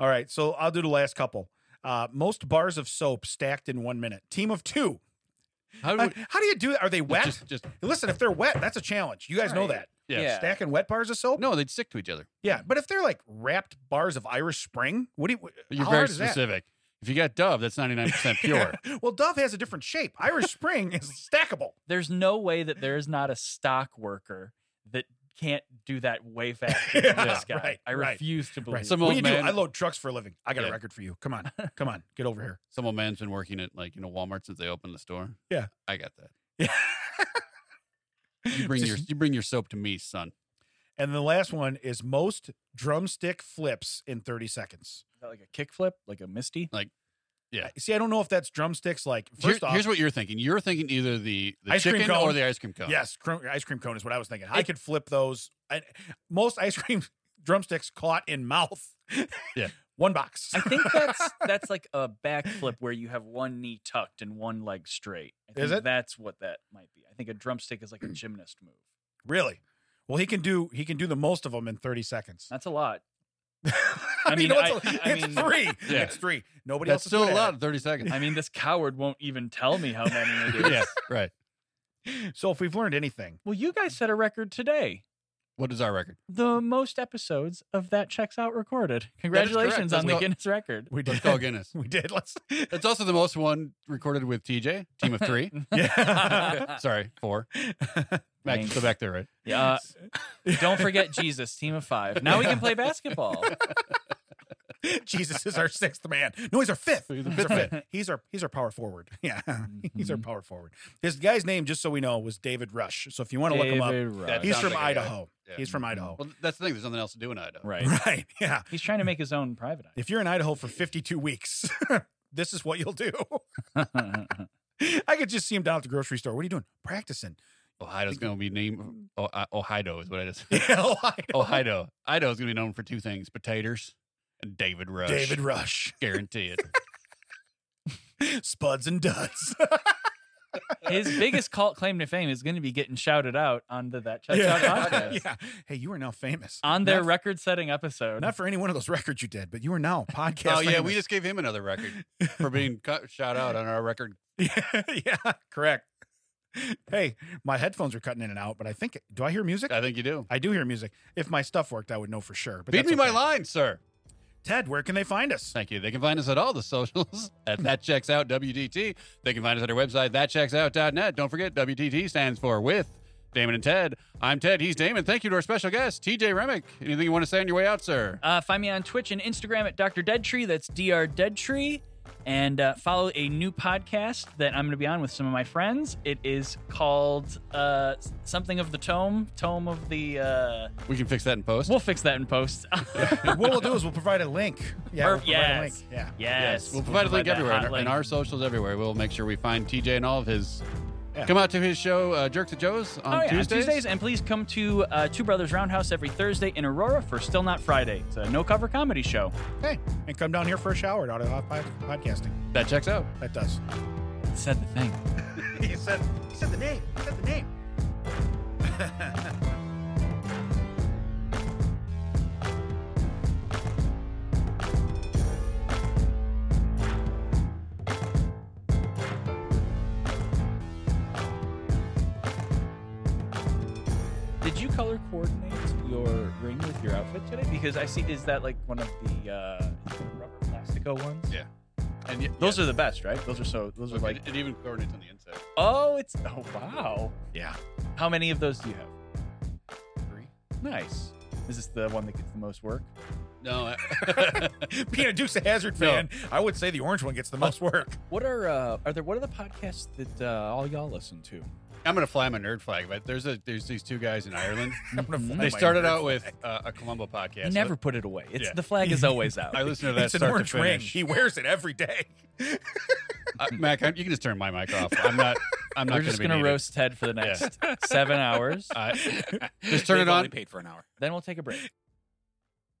[SPEAKER 2] All right. So I'll do the last couple. Uh, most bars of soap stacked in one minute. Team of two.
[SPEAKER 3] how do
[SPEAKER 2] Uh,
[SPEAKER 3] we,
[SPEAKER 2] how do you do that? Are they wet?
[SPEAKER 3] just, just
[SPEAKER 2] Listen, if they're wet, that's a challenge. You guys know
[SPEAKER 1] Right.
[SPEAKER 2] that.
[SPEAKER 3] yeah.
[SPEAKER 1] Yeah.
[SPEAKER 2] Stacking wet bars of soap?
[SPEAKER 3] No, they'd stick to each other.
[SPEAKER 2] Yeah. But if they're like wrapped bars of Irish Spring, what do you.
[SPEAKER 3] You're
[SPEAKER 2] how
[SPEAKER 3] very
[SPEAKER 2] hard is that?
[SPEAKER 3] specific. If you got Dove, that's 99% pure.
[SPEAKER 2] Well, Dove has a different shape. Irish Spring is stackable.
[SPEAKER 1] There's no way that there is not a stock worker that can't do that way faster
[SPEAKER 2] Yeah,
[SPEAKER 1] than this guy.
[SPEAKER 2] right,
[SPEAKER 1] I
[SPEAKER 2] right,
[SPEAKER 1] refuse to believe.
[SPEAKER 2] Right.
[SPEAKER 1] it.
[SPEAKER 3] Some
[SPEAKER 2] what
[SPEAKER 3] old
[SPEAKER 2] do you
[SPEAKER 3] man-
[SPEAKER 2] do? I load trucks for a living. I got a
[SPEAKER 3] Yeah.
[SPEAKER 2] record for you. Come on. Come on. Get over here.
[SPEAKER 3] Some old man's been working at like, you know, Walmart since they opened the store.
[SPEAKER 2] Yeah.
[SPEAKER 3] I got that.
[SPEAKER 2] Yeah.
[SPEAKER 3] You bring your
[SPEAKER 2] Just-
[SPEAKER 3] you bring your soap to me, son.
[SPEAKER 2] And the last one is most drumstick flips in 30 seconds.
[SPEAKER 1] Is that like a kickflip, like a Misty.
[SPEAKER 3] Yeah.
[SPEAKER 2] I- See, I don't know if that's drumsticks. Like,
[SPEAKER 3] Here-
[SPEAKER 2] first off,
[SPEAKER 3] here's what you're thinking. You're thinking either the, the
[SPEAKER 2] Ice cream
[SPEAKER 3] chicken
[SPEAKER 2] cone.
[SPEAKER 3] or the ice cream cone.
[SPEAKER 2] yes, cr- ice cream cone is what I was thinking. I could flip those. I, most ice cream drumsticks caught in mouth.
[SPEAKER 3] Yeah.
[SPEAKER 2] one box.
[SPEAKER 1] I think that's that's like a backflip where you have one knee tucked and one leg straight. I think
[SPEAKER 2] Is it?
[SPEAKER 1] That's what that might be. I think a drumstick is like a gymnast move.
[SPEAKER 2] really? Well, he can do he can do the most of them in 30 seconds.
[SPEAKER 1] That's a lot.
[SPEAKER 2] I
[SPEAKER 1] mean,
[SPEAKER 2] it's,
[SPEAKER 1] I-
[SPEAKER 2] a-
[SPEAKER 1] I
[SPEAKER 2] it's
[SPEAKER 1] mean-
[SPEAKER 2] three.
[SPEAKER 3] Yeah.
[SPEAKER 2] It's three. Nobody
[SPEAKER 3] That's
[SPEAKER 2] else is
[SPEAKER 3] still
[SPEAKER 2] good
[SPEAKER 3] a
[SPEAKER 2] at
[SPEAKER 3] lot
[SPEAKER 2] it.
[SPEAKER 3] in 30 seconds.
[SPEAKER 1] I mean, this coward won't even tell me how many it is.
[SPEAKER 3] yeah, right.
[SPEAKER 2] So if we've learned anything,
[SPEAKER 1] Well, you guys set a record today.
[SPEAKER 3] What is our record?
[SPEAKER 1] The most episodes of that checks out recorded.
[SPEAKER 3] correct.
[SPEAKER 1] Congratulations on
[SPEAKER 3] That's
[SPEAKER 1] the
[SPEAKER 3] not-
[SPEAKER 1] Guinness record.
[SPEAKER 2] we did.
[SPEAKER 3] Let's go Guinness.
[SPEAKER 2] We did. Let's.
[SPEAKER 3] It's also the most one recorded with TJ, team of three.
[SPEAKER 2] Yeah.
[SPEAKER 3] Sorry, four. Back,
[SPEAKER 1] Thanks.
[SPEAKER 3] go back there, right?
[SPEAKER 1] Uh, don't forget Jesus, team of five. Now we can play basketball.
[SPEAKER 2] Jesus is our sixth man. No, he's our fifth.
[SPEAKER 3] He's
[SPEAKER 2] He's
[SPEAKER 3] the Mm-hmm.
[SPEAKER 2] our,
[SPEAKER 1] fifth.
[SPEAKER 2] fifth. he's our he's our power forward. Yeah, he's our power forward. His guy's name, just so we know, was David Rush. So if you want to look him up,
[SPEAKER 1] David Rush.
[SPEAKER 2] he's
[SPEAKER 3] Sounds
[SPEAKER 2] from
[SPEAKER 3] like a guy.
[SPEAKER 2] Idaho.
[SPEAKER 3] Yeah. Mm-hmm.
[SPEAKER 2] He's from Idaho.
[SPEAKER 3] Well, that's the thing. There's nothing else to do in Idaho.
[SPEAKER 1] right.
[SPEAKER 2] Right. Yeah.
[SPEAKER 1] He's trying to make his own private eye.
[SPEAKER 2] If you're in Idaho for 52 weeks, this is what you'll do. I could just see him down at the grocery store. What are you doing? Practicing.
[SPEAKER 3] Ohio's going to be named oh, I- Ohio is what it is.
[SPEAKER 2] mm-hmm. Yeah, I know.
[SPEAKER 3] Ohio. Idaho's going to be known for two things: potatoes and David Rush.
[SPEAKER 2] David Rush,
[SPEAKER 3] guarantee it. Oh,
[SPEAKER 2] Spuds and Duds.
[SPEAKER 1] His biggest cult claim to fame is going to be getting shouted out on the That Checks Out
[SPEAKER 2] yeah.
[SPEAKER 1] podcast.
[SPEAKER 2] yeah. Hey, you are now famous.
[SPEAKER 1] On their
[SPEAKER 2] Not-
[SPEAKER 1] record-setting episode,
[SPEAKER 2] Not for any one of those records you did, but you are now podcast.
[SPEAKER 3] oh yeah, we
[SPEAKER 2] famous.
[SPEAKER 3] just gave him another record for being cut, shout out on our record.
[SPEAKER 2] yeah, yeah, correct. Hey, my headphones are cutting in and out, but I think do I hear music?
[SPEAKER 3] I think you do.
[SPEAKER 2] I do hear music. If my stuff worked, I would know for sure. But
[SPEAKER 3] Uh, Beat
[SPEAKER 2] that's
[SPEAKER 3] me my
[SPEAKER 2] okay.
[SPEAKER 3] line, sir.
[SPEAKER 2] Ted, where can they find us?
[SPEAKER 3] Thank you. They can find us at all the socials at That Checks Out WDT. They can find us at our website, thatchecksout.net. Don't forget, WDT stands for with Damon and Ted. I'm Ted. He's Damon. Thank you to our special guest, TJ Remick. Anything you want to say on your way out, sir?
[SPEAKER 1] Uh, find me on Twitch and Instagram at Dr. Deadtree. That's Dr. Deadtree. And uh, follow a new podcast that I'm going to be on with some of my friends. It is called uh, something of the tome, tome of the. Uh,
[SPEAKER 3] We can fix that in post.
[SPEAKER 1] we'll fix that in post.
[SPEAKER 2] what we'll do is we'll provide a link. Yeah, we'll
[SPEAKER 1] Perf-
[SPEAKER 2] provide a link.
[SPEAKER 1] yes.
[SPEAKER 2] Yeah.
[SPEAKER 1] yes,
[SPEAKER 3] We'll provide a link
[SPEAKER 1] that
[SPEAKER 3] everywhere
[SPEAKER 1] hot
[SPEAKER 3] in our, in
[SPEAKER 1] link.
[SPEAKER 3] our socials everywhere. We'll make sure we find TJ and all of his.
[SPEAKER 2] Yeah.
[SPEAKER 3] Come out to his show, uh, Jerks at Joe's, on,
[SPEAKER 1] Oh, yeah,
[SPEAKER 3] Tuesdays.
[SPEAKER 1] Tuesdays, and please come to uh, Two Brothers Roundhouse every Thursday in Aurora for Still Not Friday. It's a no cover comedy show.
[SPEAKER 2] Hey, and come down here for a shower at Auto Hot Pod- Podcasting.
[SPEAKER 3] That checks out.
[SPEAKER 2] That does.
[SPEAKER 1] Said the thing.
[SPEAKER 2] he said. He said the name. He said the name.
[SPEAKER 1] Did you color coordinate your ring with your outfit today? Because I see, is that like one of the uh, rubber plastico ones?
[SPEAKER 3] Yeah. And y-
[SPEAKER 1] Those are the best, right? Those are so. Those are
[SPEAKER 3] Look,
[SPEAKER 1] like.
[SPEAKER 3] it, it even coordinates on the inside.
[SPEAKER 1] Oh, it's. Oh, wow.
[SPEAKER 2] Yeah.
[SPEAKER 1] How many of those do you have? Three. Nice. Is this the one that gets the most work?
[SPEAKER 3] No,
[SPEAKER 2] Being a Dukes of Hazard
[SPEAKER 3] No.
[SPEAKER 2] fan, I would say the orange one gets the most work.
[SPEAKER 1] What are uh, are there? What are the podcasts that uh, all y'all listen to?
[SPEAKER 3] I'm gonna fly my nerd flag, but there's a there's these two guys in Ireland.
[SPEAKER 2] I'm gonna fly my
[SPEAKER 3] they started
[SPEAKER 2] nerd
[SPEAKER 3] out
[SPEAKER 2] flag.
[SPEAKER 3] with uh, a Columbo podcast.
[SPEAKER 1] you Mm-hmm. never put it away. It's
[SPEAKER 3] Yeah.
[SPEAKER 1] the flag is always out.
[SPEAKER 3] I listened to that
[SPEAKER 2] It's an
[SPEAKER 3] start
[SPEAKER 2] orange
[SPEAKER 3] to
[SPEAKER 2] ring.
[SPEAKER 3] finish.
[SPEAKER 2] He wears it every day.
[SPEAKER 3] Uh, Mac, I, you can just turn my mic off. I'm not. I'm not
[SPEAKER 1] We're just
[SPEAKER 3] be
[SPEAKER 1] gonna
[SPEAKER 3] needed.
[SPEAKER 1] roast Ted for the next seven hours.
[SPEAKER 3] I- just turn
[SPEAKER 4] They've
[SPEAKER 3] it on.
[SPEAKER 4] Only paid for an hour.
[SPEAKER 1] Then we'll take a break.